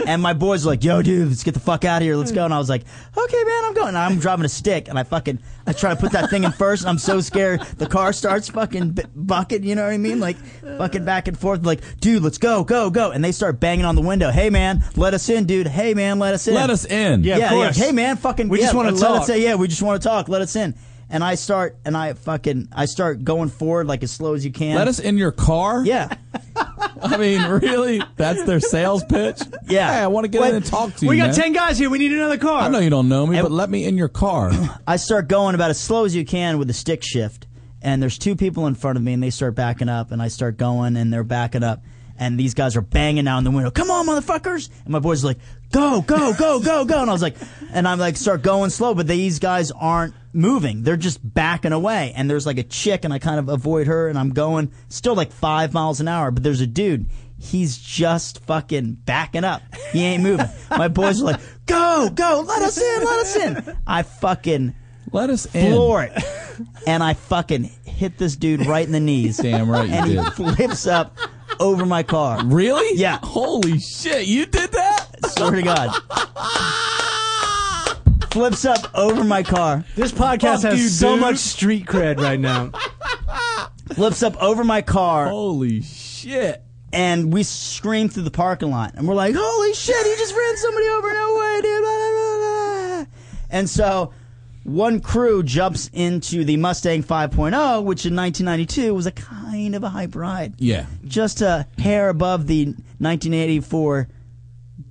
Speaker 5: And my boys are like, yo, dude, let's get the fuck out of here. Let's go. And I was like, okay, man, I'm going. And I'm driving a stick and I fucking, I try to put that thing in first and I'm so scared. The car starts fucking b- bucket, you know what I mean? Like fucking back and forth. Like, dude, let's go, go, go. And they start banging on the window. Hey, man, let us in, dude. Hey, man, let us in
Speaker 4: Let us in.
Speaker 3: Yeah. of course.
Speaker 5: hey man, fucking.
Speaker 3: We
Speaker 5: yeah,
Speaker 3: just wanna
Speaker 5: let
Speaker 3: talk.
Speaker 5: Us in. Yeah, we just want to talk. Let us in. And I start, and I fucking, I start going forward like as slow as you can.
Speaker 4: Let us in your car.
Speaker 5: Yeah,
Speaker 4: I mean, really? That's their sales pitch.
Speaker 5: Yeah.
Speaker 4: Hey, I want to get
Speaker 5: Wait,
Speaker 4: in and talk to you.
Speaker 3: We got
Speaker 4: man.
Speaker 3: ten guys here. We need another car.
Speaker 4: I know you don't know me, but let me in your car.
Speaker 5: I start going about as slow as you can with the stick shift. And there's two people in front of me, and they start backing up, and I start going, and they're backing up, and these guys are banging down the window. Come on, motherfuckers! And my boys are like, go, go, go, go, go, and I was like, and I'm like, start going slow, but these guys aren't moving. They're just backing away. And there's like a chick, and I kind of avoid her, and I'm going still like five miles an hour, but there's a dude. He's just fucking backing up. He ain't moving. My boys are like, go, go, let us in, let us in. I fucking
Speaker 4: Let us in.
Speaker 5: floor it. And I fucking hit this dude right in the knees.
Speaker 4: Damn right
Speaker 5: And
Speaker 4: you
Speaker 5: he
Speaker 4: did.
Speaker 5: flips up over my car.
Speaker 4: Really?
Speaker 5: Yeah.
Speaker 4: Holy shit! You did that?
Speaker 5: Swear to God. Flips up over my car.
Speaker 3: This podcast
Speaker 4: Fuck
Speaker 3: has
Speaker 4: you,
Speaker 3: so
Speaker 4: dude.
Speaker 3: much street cred right now.
Speaker 5: Flips up over my car.
Speaker 4: Holy shit!
Speaker 5: And we scream through the parking lot. And we're like, holy shit, he just ran somebody over. No way, dude. Blah, blah, blah, blah. And so one crew jumps into the Mustang 5.0, which in 1992 was a kind of a hype ride.
Speaker 4: Yeah.
Speaker 5: just a hair above the 1984 Datsun,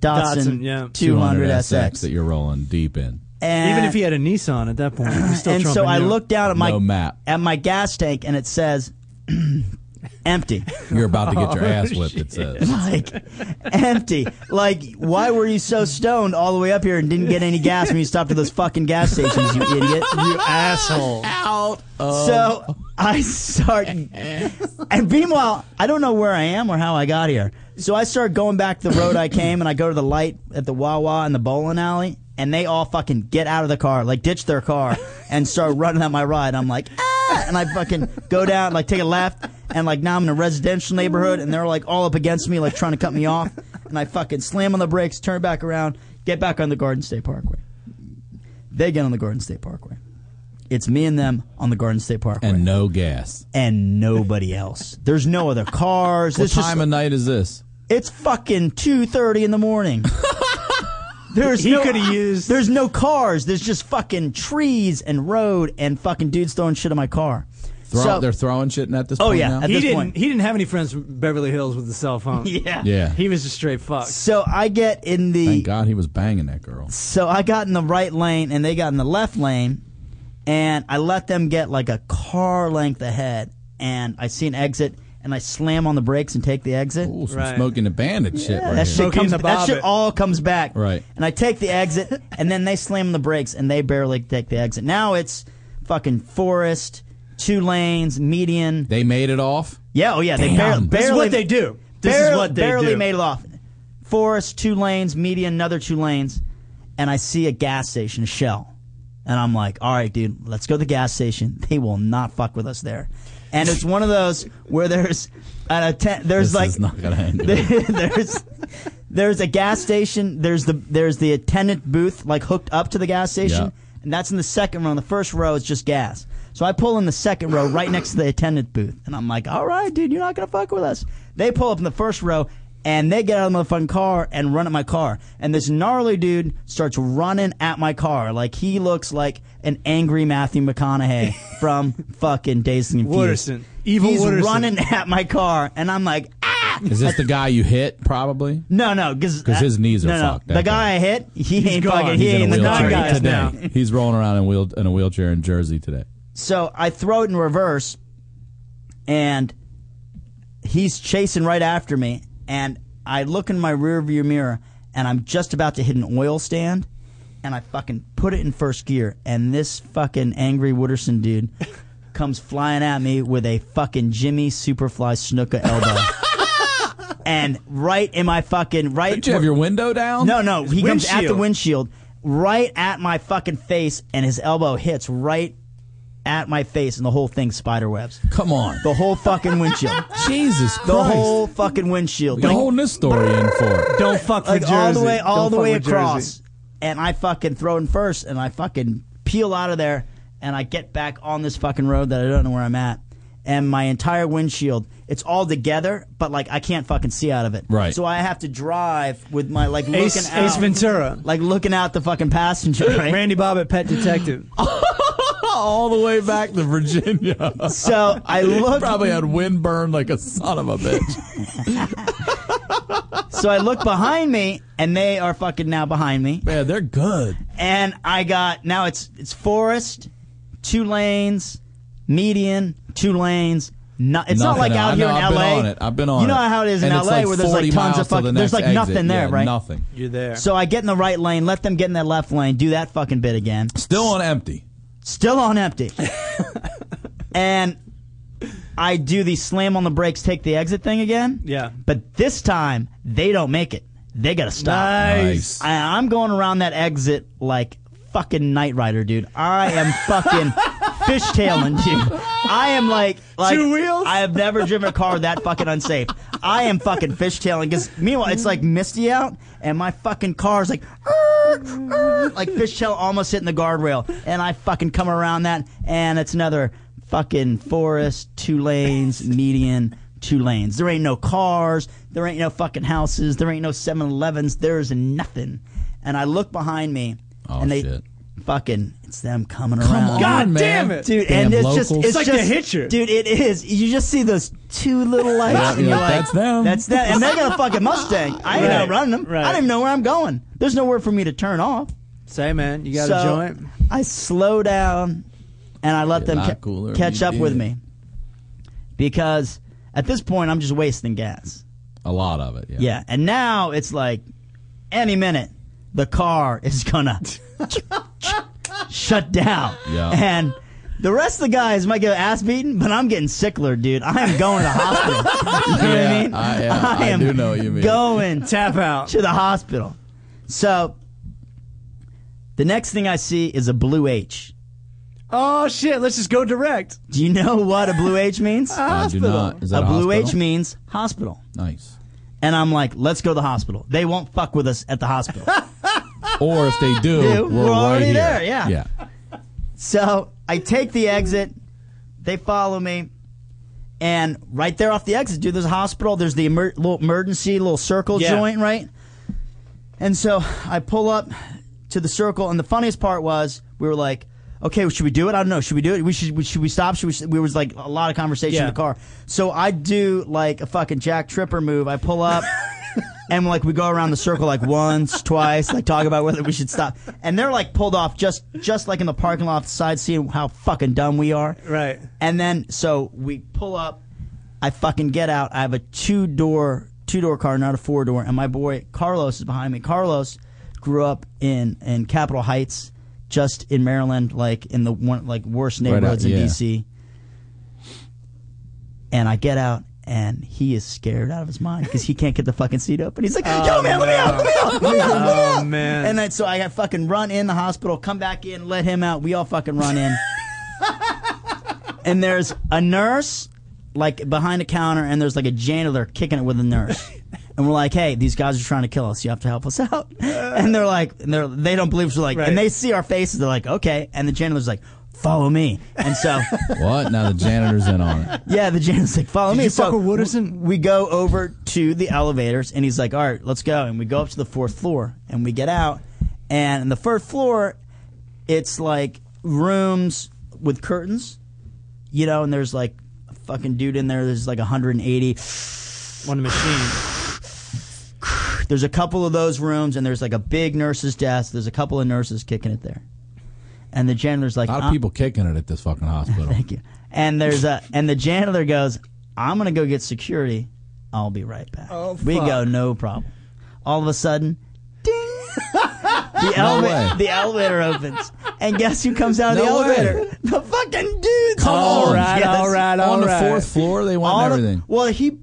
Speaker 3: Datsun, yeah.
Speaker 5: 200,
Speaker 4: 200
Speaker 5: SX.
Speaker 4: that you're rolling deep in.
Speaker 5: And,
Speaker 3: Even if he had a Nissan at that point, he was still
Speaker 5: and so
Speaker 3: trumping
Speaker 5: I
Speaker 3: you.
Speaker 5: look down at Uh, my
Speaker 4: No map.
Speaker 5: at my gas tank and it says empty.
Speaker 4: You're about to get your ass whipped. It says.
Speaker 5: like empty. Like why were you so stoned all the way up here and didn't get any gas when you stopped at those fucking gas stations, you idiot?
Speaker 3: you asshole.
Speaker 4: Out. Of-
Speaker 5: So I start, and meanwhile, I don't know where I am or how I got here. So I start going back the road I came, and I go to the light at the Wawa and the bowling alley, and they all fucking get out of the car, like ditch their car, and start running at my ride. I'm like, ah, and I fucking go down, like take a left, and like now I'm in a residential neighborhood, and they're like all up against me, like trying to cut me off, and I fucking slam on the brakes, turn back around, get back on the Garden State Parkway. They get on the Garden State Parkway. It's me and them on the Garden State Parkway
Speaker 4: and no gas.
Speaker 5: and nobody else. There's no other cars.
Speaker 4: What
Speaker 5: It's just-
Speaker 4: time of night is this?
Speaker 5: it's fucking two thirty in the morning. There's
Speaker 3: He
Speaker 5: no,
Speaker 3: could have used.
Speaker 5: there's no cars. There's just fucking trees and road and fucking dudes throwing shit in my car.
Speaker 4: Throw,
Speaker 5: So-
Speaker 4: they're throwing shit in at this
Speaker 5: Oh,
Speaker 4: point
Speaker 5: yeah.
Speaker 4: now?
Speaker 5: At
Speaker 3: He
Speaker 5: this
Speaker 3: didn't.
Speaker 5: point.
Speaker 3: He didn't have any friends from Beverly Hills with the cell phone.
Speaker 5: Yeah.
Speaker 4: yeah.
Speaker 3: He was a straight fuck.
Speaker 5: So I get in the
Speaker 4: Thank God he was banging that girl.
Speaker 5: So I got in the right lane and they got in the left lane, and I let them get like a car length ahead. And I see an exit, and I slam on the brakes and take the exit.
Speaker 4: Ooh, some
Speaker 3: Right.
Speaker 4: smoking the bandit shit right
Speaker 5: that
Speaker 4: here.
Speaker 5: shit
Speaker 3: Broke
Speaker 5: comes.
Speaker 3: into
Speaker 5: That shit
Speaker 3: Bobbit.
Speaker 5: all comes back.
Speaker 4: Right.
Speaker 5: And I take the exit, and then they slam the brakes, and they barely take the exit. Now it's fucking forest, two lanes, median.
Speaker 4: They made it off.
Speaker 5: Yeah. Oh yeah. They barely.
Speaker 4: Damn.
Speaker 5: barely
Speaker 3: This is what they do. This
Speaker 5: barely,
Speaker 3: is what they
Speaker 5: barely
Speaker 3: do.
Speaker 5: made it off. Forest, two lanes, median, another two lanes, and I see a gas station, a Shell, And I'm like, all right, dude, let's go to the gas station. They will not fuck with us there. And it's one of those where there's an atten- there's
Speaker 4: This
Speaker 5: like
Speaker 4: is not gonna end. good.
Speaker 5: there's there's a gas station. There's the there's the attendant booth like hooked up to the gas station,
Speaker 4: Yeah.
Speaker 5: and that's in the second row. And the first row is just gas. So I pull in the second row right next to the attendant booth, and I'm like, "All right, dude, you're not gonna fuck with us." They pull up in the first row. And they get out of the motherfucking car and run at my car. And this gnarly dude starts running at my car. Like, he looks like an angry Matthew McConaughey from fucking Dazed and Confused.
Speaker 3: Wooderson. Evil
Speaker 5: He's
Speaker 3: Wooderson.
Speaker 5: running at my car. And I'm like, ah!
Speaker 4: Is this the guy you hit? Probably.
Speaker 5: No, no, because
Speaker 4: 'Cause his knees are
Speaker 5: no, no.
Speaker 4: fucked,
Speaker 5: The
Speaker 4: that
Speaker 5: guy I hit, he ain't
Speaker 3: gone.
Speaker 5: fucking. He
Speaker 3: He's in a
Speaker 5: ain't the
Speaker 3: wheelchair
Speaker 5: dog guys
Speaker 3: today.
Speaker 5: now.
Speaker 4: He's rolling around in wheel in a wheelchair in Jersey today.
Speaker 5: So I throw it in reverse, and he's chasing right after me. And I look in my rearview mirror, and I'm just about to hit an oil stand, and I fucking put it in first gear. And this fucking angry Wooderson dude comes flying at me with a fucking Jimmy Superfly Snooker elbow. And right in my fucking right,
Speaker 4: Did you have your window down?
Speaker 5: No, no. He comes at the
Speaker 3: windshield.
Speaker 5: windshield, right at my fucking face, and his elbow hits right at my face, and the whole thing spider webs.
Speaker 4: Come on.
Speaker 5: The whole fucking windshield.
Speaker 4: Jesus Christ.
Speaker 5: The whole fucking windshield.
Speaker 4: You're
Speaker 5: Like,
Speaker 4: holding this story in for it.
Speaker 3: Don't fuck with
Speaker 5: like
Speaker 3: Jersey.
Speaker 5: all the way, all
Speaker 3: Don't
Speaker 5: the
Speaker 3: fuck
Speaker 5: way
Speaker 3: with
Speaker 5: across.
Speaker 3: Jersey.
Speaker 5: And I fucking throw in first, and I fucking peel out of there, and I get back on this fucking road that I don't know where I'm at. And my entire windshield, it's all together, but like I can't fucking see out of it.
Speaker 4: Right.
Speaker 5: So I have to drive with my like looking
Speaker 3: Ace,
Speaker 5: out
Speaker 3: Ace Ventura,
Speaker 5: like looking out the fucking passenger, right?
Speaker 3: Randy Bobbitt, Pet Detective.
Speaker 4: All the way back to Virginia.
Speaker 5: so I look,
Speaker 4: Probably had wind burn like a son of a bitch.
Speaker 5: so I look behind me, and they are fucking now behind me.
Speaker 4: Man, they're good.
Speaker 5: And I got now it's it's forest, two lanes, median, two lanes. Not, it's not
Speaker 4: Nothing
Speaker 5: like
Speaker 4: else.
Speaker 5: out here
Speaker 4: No,
Speaker 5: in
Speaker 4: I've
Speaker 5: LA.
Speaker 4: been on it. I've been on
Speaker 5: You know
Speaker 4: it.
Speaker 5: how it is in LA
Speaker 4: And it's like
Speaker 5: where there's like
Speaker 4: 40
Speaker 5: tons
Speaker 4: miles
Speaker 5: of
Speaker 4: to the
Speaker 5: fucking. there's
Speaker 4: next
Speaker 5: like nothing
Speaker 4: exit.
Speaker 5: there,
Speaker 4: Yeah,
Speaker 5: right?
Speaker 4: Nothing.
Speaker 3: You're there.
Speaker 5: So I get in the right lane, let them get in their left lane, do that fucking bit again.
Speaker 4: Still on empty.
Speaker 5: still on empty. and I do the slam on the brakes, take the exit thing again.
Speaker 3: Yeah.
Speaker 5: But this time they don't make it. They gotta stop.
Speaker 4: Nice.
Speaker 5: I, I'm going around that exit like fucking Knight Rider, dude. I am fucking fishtailing, dude. I am like, like
Speaker 3: Two wheels?
Speaker 5: I have never driven a car that fucking unsafe. I am fucking fishtailing because meanwhile it's like misty out and my fucking car is like. "Er, er," Like fishtail almost hitting the guardrail, and I fucking come around that, and it's another fucking forest, two lanes, median, two lanes. There ain't no cars, there ain't no fucking houses, there ain't no 7-Elevens, there's nothing. And I look behind me,
Speaker 4: Oh,
Speaker 5: and they
Speaker 4: shit.
Speaker 5: fucking it's them coming
Speaker 4: Come
Speaker 5: around
Speaker 4: on,
Speaker 3: God
Speaker 4: man.
Speaker 3: damn it.
Speaker 5: dude.
Speaker 4: Damn
Speaker 5: and it's just
Speaker 4: locals.
Speaker 5: it's,
Speaker 4: It's
Speaker 3: like
Speaker 5: just,
Speaker 3: the Hitcher.
Speaker 5: dude. It is. You just see those two little lights,
Speaker 4: Yeah,
Speaker 5: and you're
Speaker 4: yeah,
Speaker 5: like,
Speaker 4: that's them.
Speaker 5: That's them. And they got a fucking Mustang. I ain't
Speaker 3: Right,
Speaker 5: outrunning them. I
Speaker 3: right.
Speaker 5: don't even know where I'm going. There's nowhere for me to turn off.
Speaker 3: Say, man, you got
Speaker 5: so
Speaker 3: a joint.
Speaker 5: I slow down, and I let
Speaker 4: Get
Speaker 5: them
Speaker 4: a lot
Speaker 5: ca-
Speaker 4: cooler if
Speaker 5: catch
Speaker 4: you
Speaker 5: up with
Speaker 4: did.
Speaker 5: me because at this point I'm just wasting gas.
Speaker 4: A lot of it. Yeah.
Speaker 5: Yeah, and now it's like any minute the car is gonna shut down.
Speaker 4: Yeah.
Speaker 5: And the rest of the guys might get ass beaten, but I'm getting sickler, dude. I am going to the hospital. you know what I
Speaker 4: Yeah,
Speaker 5: mean?
Speaker 4: I- yeah, I
Speaker 5: am
Speaker 4: do know what you mean.
Speaker 5: Going to
Speaker 3: Tap out.
Speaker 5: to the hospital. So the next thing I see is a blue H.
Speaker 3: Oh shit! Let's just go direct.
Speaker 5: Do you know what a blue H means?
Speaker 4: I do not. Is that
Speaker 5: a blue
Speaker 4: hospital?
Speaker 5: H E means hospital.
Speaker 4: Nice.
Speaker 5: And I'm like, let's go to the hospital. They won't fuck with us at the hospital.
Speaker 4: Or if they do,
Speaker 5: Dude,
Speaker 4: we're,
Speaker 5: we're
Speaker 4: right
Speaker 5: already
Speaker 4: here.
Speaker 5: there, yeah.
Speaker 4: Yeah.
Speaker 5: So I take the exit. They follow me. And right there off the exit, dude, there's a hospital. There's the emer- little emergency, little circle
Speaker 3: Yeah.
Speaker 5: joint, right? And so I pull up to the circle. And the funniest part was we were like, okay, well, should we do it? I don't know. Should we do it? We should, we- should we stop? Should we, we was like a lot of conversation in
Speaker 3: Yeah.
Speaker 5: the car. So I do like a fucking Jack Tripper move. I pull up. and like we go around the circle like once, twice, like talk about whether we should stop. And they're like pulled off just just like in the parking lot off the side, seeing how fucking dumb we are.
Speaker 3: Right.
Speaker 5: And then so we pull up, I fucking get out. I have a two door two door car, not a four door, and my boy Carlos is behind me. Carlos grew up in in Capitol Heights, just in Maryland, like in the one like worst
Speaker 4: out-
Speaker 5: neighborhoods in
Speaker 4: yeah.
Speaker 5: DC. And I get out and he is scared out of his mind because he can't get the fucking seat open. He's like, "Yo, man, let me out, let me out, let me out, let me
Speaker 3: Oh,
Speaker 5: out!"
Speaker 3: man.
Speaker 5: And then so I got fucking run in the hospital, come back in, let him out. We all fucking run in, and there's a nurse like behind a counter, and there's like a janitor kicking it with a nurse. And we're like, hey, these guys are trying to kill us. You have to help us out. And they're like, and they're, they don't believe us. We're like,
Speaker 3: Uh. Right.
Speaker 5: and they see our faces. They're like, okay. And the janitor's like, follow me. And so
Speaker 4: What? Now the janitor's in on it.
Speaker 5: yeah, the janitor's like, follow me.
Speaker 3: you fuck
Speaker 5: So
Speaker 3: with Wooderson?
Speaker 5: We go over to the elevators, and he's like, all right, let's go. And we go up to the fourth floor, and we get out. And on the first floor, it's like rooms with curtains, you know, and there's like a fucking dude in there. There's like 180.
Speaker 3: One machine.
Speaker 5: There's a couple of those rooms, and there's like a big nurse's desk. There's a couple of nurses kicking it there. And the janitor's like,
Speaker 4: A lot
Speaker 5: "Uh,
Speaker 4: of people kicking it at this fucking hospital.
Speaker 5: Thank you. And there's a and the janitor goes, I'm gonna go get security. I'll be right back.
Speaker 3: Oh,
Speaker 5: We
Speaker 3: fuck.
Speaker 5: go, no problem. All of a sudden, ding. The, eleva-
Speaker 4: way.
Speaker 5: the elevator opens, and guess who comes out of
Speaker 4: No
Speaker 5: the
Speaker 4: way.
Speaker 5: elevator? The fucking dude.
Speaker 4: All right,
Speaker 3: all right, all
Speaker 4: on
Speaker 3: right.
Speaker 4: the fourth floor, they want
Speaker 5: All the-
Speaker 4: everything.
Speaker 5: well, he,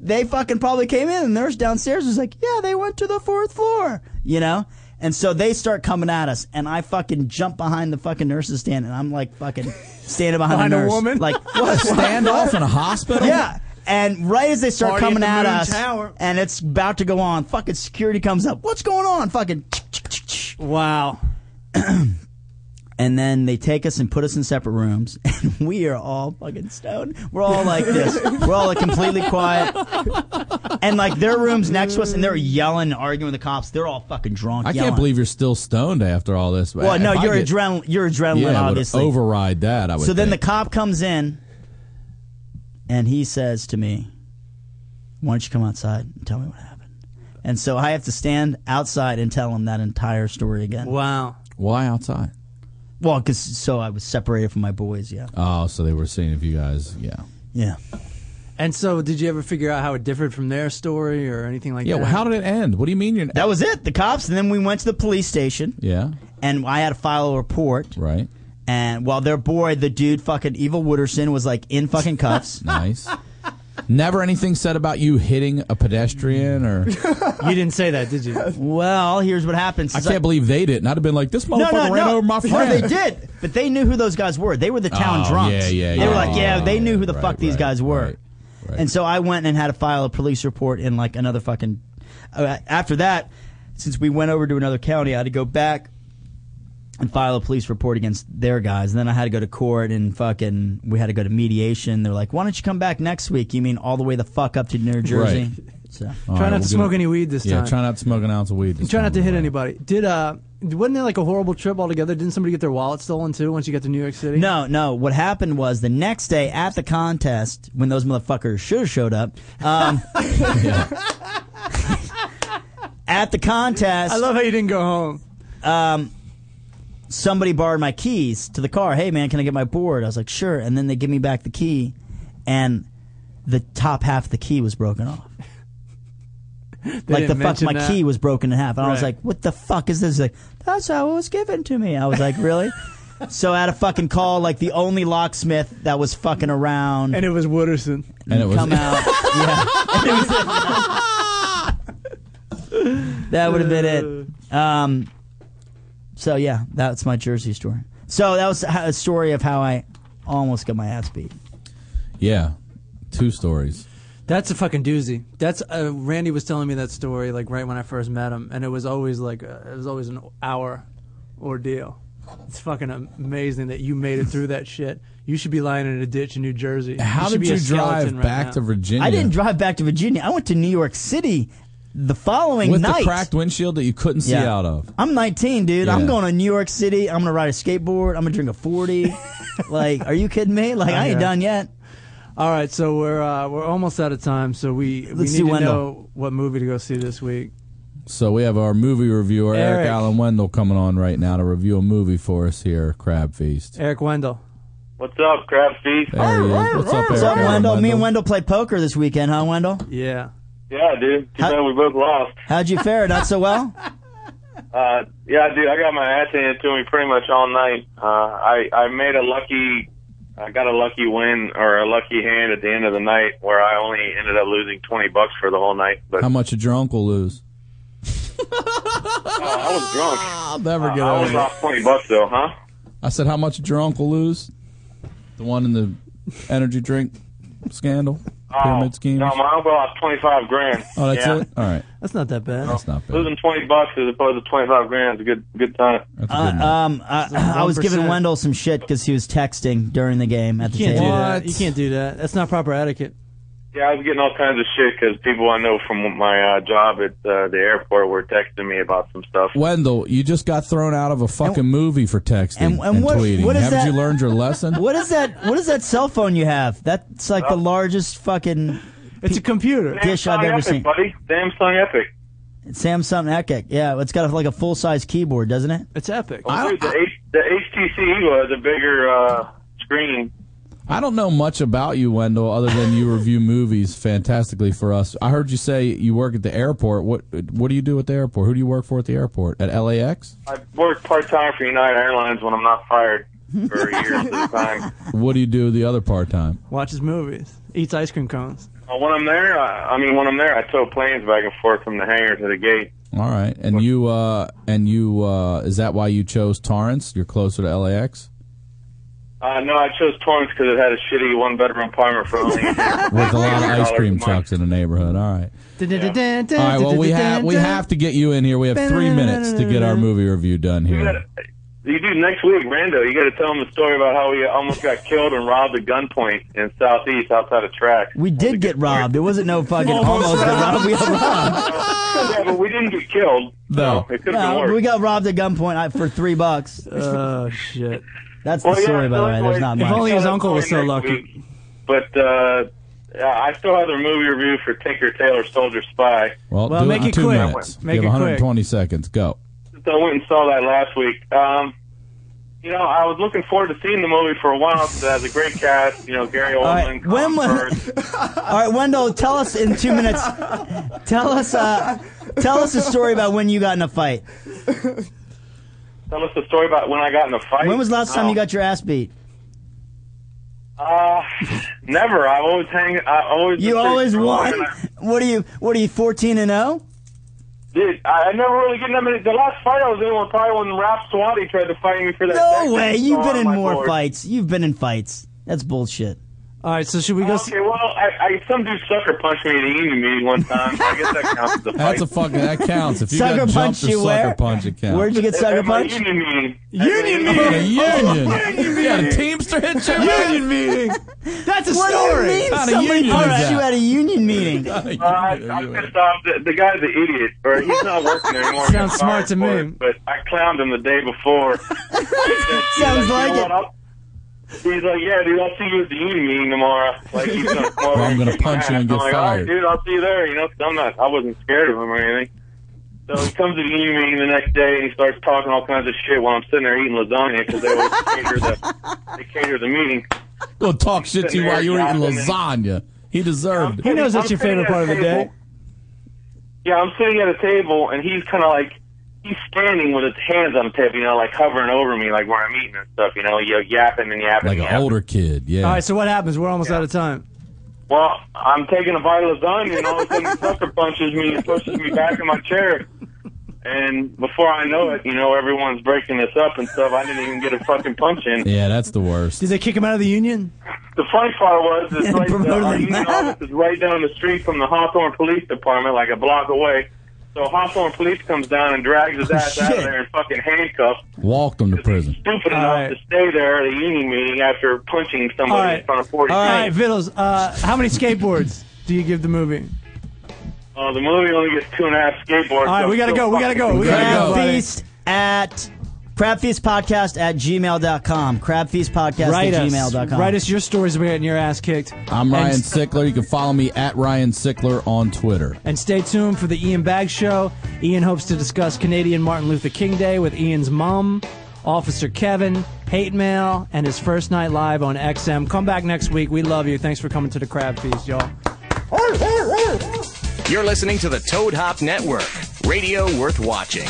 Speaker 5: they fucking probably came in, and the nurse downstairs was like, "Yeah, they went to the fourth floor," you know. And so they start coming at us, and I fucking jump behind the fucking nurse's stand, and I'm like fucking standing behind,
Speaker 3: Behind
Speaker 5: a
Speaker 3: a
Speaker 5: nurse,
Speaker 3: woman?
Speaker 5: like what
Speaker 4: Standoff in a hospital.
Speaker 5: Yeah. And right as they start
Speaker 3: Party at
Speaker 5: coming
Speaker 3: the
Speaker 5: at
Speaker 3: Moon
Speaker 5: us,
Speaker 3: Tower.
Speaker 5: and it's about to go on, fucking security comes up. What's going on? Fucking.
Speaker 3: Wow.
Speaker 5: And then they take us and put us in separate rooms, and we are all fucking stoned. We're all like this. We're all like completely quiet. And like their rooms next to us, and they're yelling, arguing with the cops. They're all fucking drunk.
Speaker 4: I
Speaker 5: yelling.
Speaker 4: can't believe you're still stoned after all this.
Speaker 5: Well, no,
Speaker 4: If I
Speaker 5: you're
Speaker 4: get-
Speaker 5: adrenaline. You're adrenaline,
Speaker 4: Yeah, I would
Speaker 5: obviously.
Speaker 4: override that. I would.
Speaker 5: So then the
Speaker 4: think.
Speaker 5: cop comes in and he says to me, Why don't you come outside and tell me what happened? And so I have to stand outside and tell him that entire story again. Well,
Speaker 3: Wow.
Speaker 4: why outside?
Speaker 5: 'cause so I was separated from my boys, yeah.
Speaker 4: Oh, so they were seeing if you guys, yeah,
Speaker 5: Yeah.
Speaker 3: And so, did you ever figure out how it differed from their story or anything like
Speaker 4: yeah.
Speaker 3: that?
Speaker 4: Well, how did it end? What do you mean you're?
Speaker 5: That was it, the cops. And then we went to the police station
Speaker 4: yeah,
Speaker 5: and I had to file a report.
Speaker 4: right.
Speaker 5: And while they're bored, the dude fucking Evil Wooderson was like in fucking cuffs.
Speaker 4: Nice. Never anything said about you hitting a pedestrian or.
Speaker 3: you didn't say that, did you?
Speaker 5: well, here's what happens.
Speaker 4: I can't believe they didn't. I'd have been like, this
Speaker 5: No,
Speaker 4: motherfucker
Speaker 5: no, no.
Speaker 4: ran over my friend.
Speaker 5: No, they did, but they knew who those guys were. They were the town
Speaker 4: Oh,
Speaker 5: drunks.
Speaker 4: yeah, yeah,
Speaker 5: They
Speaker 4: yeah,
Speaker 5: were like, yeah,
Speaker 4: yeah,
Speaker 5: they knew who the
Speaker 4: right,
Speaker 5: fuck these
Speaker 4: right,
Speaker 5: guys were.
Speaker 4: right, right.
Speaker 5: And so I went and had to file a police report in like another fucking. Uh, after that, since we went over to another county, I had to go back and file a police report against their guys. And then I had to go to court and fucking we had to go to mediation. They're like, why don't you come back next week? You mean all the way the fuck up to New Jersey? So.
Speaker 4: All
Speaker 3: Try not
Speaker 4: we'll
Speaker 3: to
Speaker 4: do
Speaker 3: smoke
Speaker 4: it.
Speaker 3: any weed this
Speaker 4: yeah,
Speaker 3: time.
Speaker 4: try not to smoke an ounce of weed. This
Speaker 3: Try not
Speaker 4: time,
Speaker 3: to hit
Speaker 4: right.
Speaker 3: anybody. Did uh, wasn't it like a horrible trip altogether? Didn't somebody get their wallet stolen too once you got to New York City?
Speaker 5: No, no. What happened was the next day at the contest, when those motherfuckers should have showed up, um, at the contest,
Speaker 3: I love how you didn't go home.
Speaker 5: somebody borrowed my keys to the car. Hey, man, can I get my board? I was like, sure. And then they give me back the key, and the top half of the key was broken off. like the
Speaker 3: didn't
Speaker 5: fuck,
Speaker 3: mention
Speaker 5: my
Speaker 3: that.
Speaker 5: key was broken in half, and I was
Speaker 3: Right.
Speaker 5: like, "What the fuck is this?" He's Like, that's how it was given to me. I was like, "Really?" so I had a fucking call, like the only locksmith that was fucking around.
Speaker 3: And it was Wooderson.
Speaker 4: And it was
Speaker 5: come out. yeah. that would have been it. Um, so yeah, that's my Jersey story. So that was a story of how I almost got my ass beat.
Speaker 4: Yeah, two stories.
Speaker 3: That's a fucking doozy. That's uh, Randy was telling me that story like right when I first met him, and it was always like uh it was always an hour ordeal. It's fucking amazing that you made it through that shit. You should be lying in a ditch in New Jersey.
Speaker 4: How
Speaker 3: should
Speaker 4: did
Speaker 3: be
Speaker 4: you
Speaker 3: a
Speaker 4: drive
Speaker 3: skeleton right
Speaker 4: back
Speaker 3: now.
Speaker 4: to Virginia?
Speaker 5: I didn't drive back to Virginia. I went to New York City the following
Speaker 4: with
Speaker 5: night.
Speaker 4: the cracked windshield that you couldn't see out of.
Speaker 5: I'm 19, dude. I'm
Speaker 4: Yeah.
Speaker 5: going to New York City. I'm gonna ride a skateboard. I'm gonna drink a 40. like, are you kidding me? Like, I ain't
Speaker 3: yeah.
Speaker 5: done yet.
Speaker 3: All right, so we're uh, we're almost out of time, so we we need
Speaker 5: Let's see
Speaker 3: to
Speaker 5: Wendell.
Speaker 3: know what movie to go see this week.
Speaker 4: So we have our movie reviewer Eric,
Speaker 3: Eric.
Speaker 4: Allen Wendell coming on right now to review a movie for us here, Crab Feast.
Speaker 3: Eric Wendell.
Speaker 7: What's up, Crab Feast?
Speaker 4: There he is. What's up,
Speaker 5: What's
Speaker 4: Eric
Speaker 5: up,
Speaker 4: Allen
Speaker 5: Wendell? Me and Wendell played poker this weekend, huh, Wendell?
Speaker 3: Yeah.
Speaker 7: Yeah, dude. Too
Speaker 5: How-
Speaker 7: bad we both lost.
Speaker 5: How'd you fare? Not so well.
Speaker 7: Uh, yeah, dude. I got my ass handed to me pretty much all night. Uh, I I made a lucky uh, I got a lucky win or a lucky hand at the end of the night where I only ended up losing 20 bucks for the whole night. But
Speaker 4: How much did your uncle lose?
Speaker 7: I was drunk.
Speaker 4: I'll never get
Speaker 7: Uh, I
Speaker 4: over
Speaker 7: was
Speaker 4: it.
Speaker 7: off 20 bucks though, huh?
Speaker 4: I said, how much did your uncle lose? The one in the energy drink scandal, pyramid scheme.
Speaker 7: Oh, No, my uncle lost 25 grand.
Speaker 4: oh, that's
Speaker 7: yeah.
Speaker 4: it. All right,
Speaker 3: That's not that bad.
Speaker 4: that's not bad.
Speaker 7: Losing 20 bucks as opposed to 25 grand is a good, good time.
Speaker 4: That's a
Speaker 5: Uh,
Speaker 4: good one.
Speaker 5: um, I, I was giving
Speaker 3: 1%.
Speaker 5: Wendell some shit because he was texting during the game at the
Speaker 3: You can't
Speaker 5: table.
Speaker 3: do that.
Speaker 4: What?
Speaker 3: You can't do that. That's not proper etiquette.
Speaker 7: Yeah, I was getting all kinds of shit because people I know from my uh, job at uh, the airport were texting me about some stuff.
Speaker 4: Wendell, you just got thrown out of a fucking movie for texting and,
Speaker 5: and- and what-
Speaker 4: tweeting.
Speaker 5: what is
Speaker 4: Haven't
Speaker 5: that-
Speaker 4: you learned your lesson?
Speaker 5: What is that? What is that cell phone you have? That's like the largest fucking
Speaker 3: It's a computer.
Speaker 5: dish I've
Speaker 7: Samsung
Speaker 5: ever
Speaker 7: Epic,
Speaker 5: seen.
Speaker 7: buddy. Samsung Epic.
Speaker 5: Samsung Epic. Yeah, it's got like a full size keyboard, doesn't it?
Speaker 3: It's epic.
Speaker 7: Dude, the, H- the HTC was a bigger uh, screen.
Speaker 4: I don't know much about you, Wendell, other than you review movies fantastically for us. I heard you say you work at the airport. What What do you do at the airport? Who do you work for at the airport? At LAX?
Speaker 7: I worked part time for United Airlines when I'm not fired for years at a time.
Speaker 4: What do you do the other part time?
Speaker 3: Watches movies. Eats ice cream cones.
Speaker 7: Uh, when I'm there, I, I mean, when I'm there, I tow planes back and forth from the hangar to the gate.
Speaker 4: All right, and you uh, and you uh, is that why you chose Torrance? You're closer to LAX.
Speaker 7: Uh, no, I chose Torrance because it had a shitty one bedroom apartment for only.
Speaker 4: With a lot of ice cream
Speaker 7: Dollars a month.
Speaker 4: trucks in the neighborhood. All right.
Speaker 3: Dun-dun-dun-dun,
Speaker 4: All right. Well, we have we
Speaker 3: dun-dun-dun-dun.
Speaker 4: have to get you in here. We have three minutes to get our movie review done here.
Speaker 7: You do next week, Rando. You got to tell them a story about how we almost got killed and robbed at gunpoint in Southeast outside of track.
Speaker 5: We did get robbed. It wasn't no fucking almost got robbed. We got robbed.
Speaker 7: yeah, but we didn't get killed.
Speaker 4: No.
Speaker 7: So it could have been
Speaker 5: No,
Speaker 7: worse.
Speaker 5: we got robbed at gunpoint I- for three bucks.
Speaker 3: Oh shit.
Speaker 5: That's
Speaker 3: Oh,
Speaker 7: Well,
Speaker 5: the
Speaker 7: yeah,
Speaker 5: story, by the way. There's not
Speaker 7: if
Speaker 5: much.
Speaker 3: only his uncle was so
Speaker 7: Next
Speaker 3: lucky.
Speaker 7: week. But uh, yeah, I still have the movie review for Tinker Tailor Soldier Spy.
Speaker 4: Well,
Speaker 3: Well,
Speaker 4: do
Speaker 3: make
Speaker 4: it in
Speaker 3: it
Speaker 4: two
Speaker 3: quick.
Speaker 4: minutes.
Speaker 3: Make
Speaker 4: you
Speaker 3: it
Speaker 4: have
Speaker 3: quick.
Speaker 4: 120 seconds. Go.
Speaker 7: So I went and saw that last week. Um, you know, I was looking forward to seeing the movie for a while because it has a great cast. You know, Gary
Speaker 5: right,
Speaker 7: Oldman,
Speaker 5: when
Speaker 7: Colin
Speaker 5: was-
Speaker 7: Firth.
Speaker 5: All right, Wendell, tell us in two minutes. Tell us, uh, tell us a story about when you got in a fight.
Speaker 7: Tell us the story about when I got in a fight.
Speaker 5: When was the last time
Speaker 7: Oh.
Speaker 5: you got your ass beat?
Speaker 7: Uh, never. I always hang. I always.
Speaker 5: You always won. What are you? What are you? Fourteen and oh? zero?
Speaker 7: Dude, I I never really get that many. The last fight I was in was probably when Rap Swati tried to fight me for that.
Speaker 5: No
Speaker 7: second
Speaker 5: way. You've
Speaker 7: song
Speaker 5: been in
Speaker 7: on my
Speaker 5: more
Speaker 7: board.
Speaker 5: fights. You've been in fights. That's bullshit.
Speaker 3: All right. So should we go? See-
Speaker 7: Okay, well, I, I some dude sucker punched me at a union meeting one time. I guess that counts as a fight.
Speaker 4: That's a fucking that counts. If you
Speaker 5: Sucker
Speaker 4: got
Speaker 5: punch
Speaker 4: jumped or
Speaker 5: you
Speaker 4: sucker
Speaker 5: where?
Speaker 4: punch, it counts.
Speaker 5: Where'd you get
Speaker 7: At
Speaker 5: sucker
Speaker 7: my
Speaker 5: punch?
Speaker 7: union meeting.
Speaker 3: Union
Speaker 4: Oh,
Speaker 3: meeting.
Speaker 4: the union. You had a teamster hit you. at a Union meeting.
Speaker 3: That's a
Speaker 5: What
Speaker 3: story.
Speaker 5: do you mean?
Speaker 4: Not a
Speaker 5: Somebody
Speaker 4: union
Speaker 5: punched
Speaker 4: is
Speaker 5: you
Speaker 4: that.
Speaker 5: at a union meeting.
Speaker 7: Uh, I, I'm pissed off. The, the guy's an idiot, or he's not working there anymore.
Speaker 3: Sounds
Speaker 7: He got
Speaker 3: smart
Speaker 7: fired
Speaker 3: to
Speaker 7: for
Speaker 3: me.
Speaker 7: It, but I clowned him the day before.
Speaker 5: Sounds like it.
Speaker 7: You know what, I'll- He's like, yeah, dude, I'll see you at the union meeting tomorrow. Like, he's gonna come over
Speaker 4: Or I'm
Speaker 7: and
Speaker 4: gonna
Speaker 7: kick my
Speaker 4: punch you
Speaker 7: ass.
Speaker 4: and get
Speaker 7: I'm like, All right,
Speaker 4: fired."
Speaker 7: dude, I'll see you there. You know, 'cause I'm not. I wasn't scared of him or anything. So he comes to the union meeting the next day and he starts talking all kinds of shit while I'm sitting there eating lasagna because they always cater the they cater the meeting.
Speaker 4: Gonna talk shit to you while you were eating lasagna. He deserved it.
Speaker 3: He knows that's
Speaker 7: I'm
Speaker 3: your favorite
Speaker 7: sitting at
Speaker 3: part
Speaker 7: a
Speaker 3: of the day.
Speaker 7: table. Yeah, I'm sitting at a table and he's kind of like he's standing with his hands on the table, you know, like hovering over me, like where I'm eating and stuff. You know, you yapping and yapping.
Speaker 4: Like
Speaker 7: and
Speaker 4: an
Speaker 7: yapping.
Speaker 4: older kid.
Speaker 3: All
Speaker 4: Yeah.
Speaker 3: right. So what happens? We're almost out of time.
Speaker 7: Well, I'm taking a bite of lasagna, and all of a sudden, the sucker punches me and pushes me back in my chair. And before I know it, you know, everyone's breaking this up and stuff. I didn't even get a fucking punch in.
Speaker 4: Yeah, that's the worst.
Speaker 3: Did they kick him out of the union?
Speaker 7: The funny part was, it's right,
Speaker 5: Promoted
Speaker 7: the, our
Speaker 5: them.
Speaker 7: union office is right down the street from the Hawthorne Police Department, like a block away. So Hawthorne Police comes down and drags his ass out of
Speaker 5: Shit.
Speaker 7: there and fucking handcuffs.
Speaker 4: Walked him to prison.
Speaker 7: Stupid
Speaker 3: All
Speaker 7: enough
Speaker 3: right.
Speaker 7: to stay there at a union meeting after punching somebody
Speaker 3: All right.
Speaker 7: in front of 40
Speaker 3: All right,
Speaker 7: people.
Speaker 3: Vittles. Uh, how many skateboards do you give the movie?
Speaker 7: Uh, the movie only gets two and a half skateboards.
Speaker 3: All right, we gotta go. We gotta go. We gotta
Speaker 4: Crab
Speaker 3: go. buddy.
Speaker 5: Crabfeast at crabfeastpodcast at gmail.com. Crabfeastpodcast
Speaker 3: Write
Speaker 5: at
Speaker 3: us.
Speaker 5: gmail.com.
Speaker 3: Write us your stories about getting your ass kicked.
Speaker 4: I'm Ryan
Speaker 3: And-
Speaker 4: Sickler. You can follow me at Ryan Sickler on Twitter.
Speaker 3: And stay tuned for the Ian Bag Show. Ian hopes to discuss Canadian Martin Luther King Day with Ian's mom, Officer Kevin, hate mail, and his first night live on XM. Come back next week. We love you. Thanks for coming to the Crab Feast, y'all.
Speaker 2: You're listening to the Toad Hop Network, radio worth watching.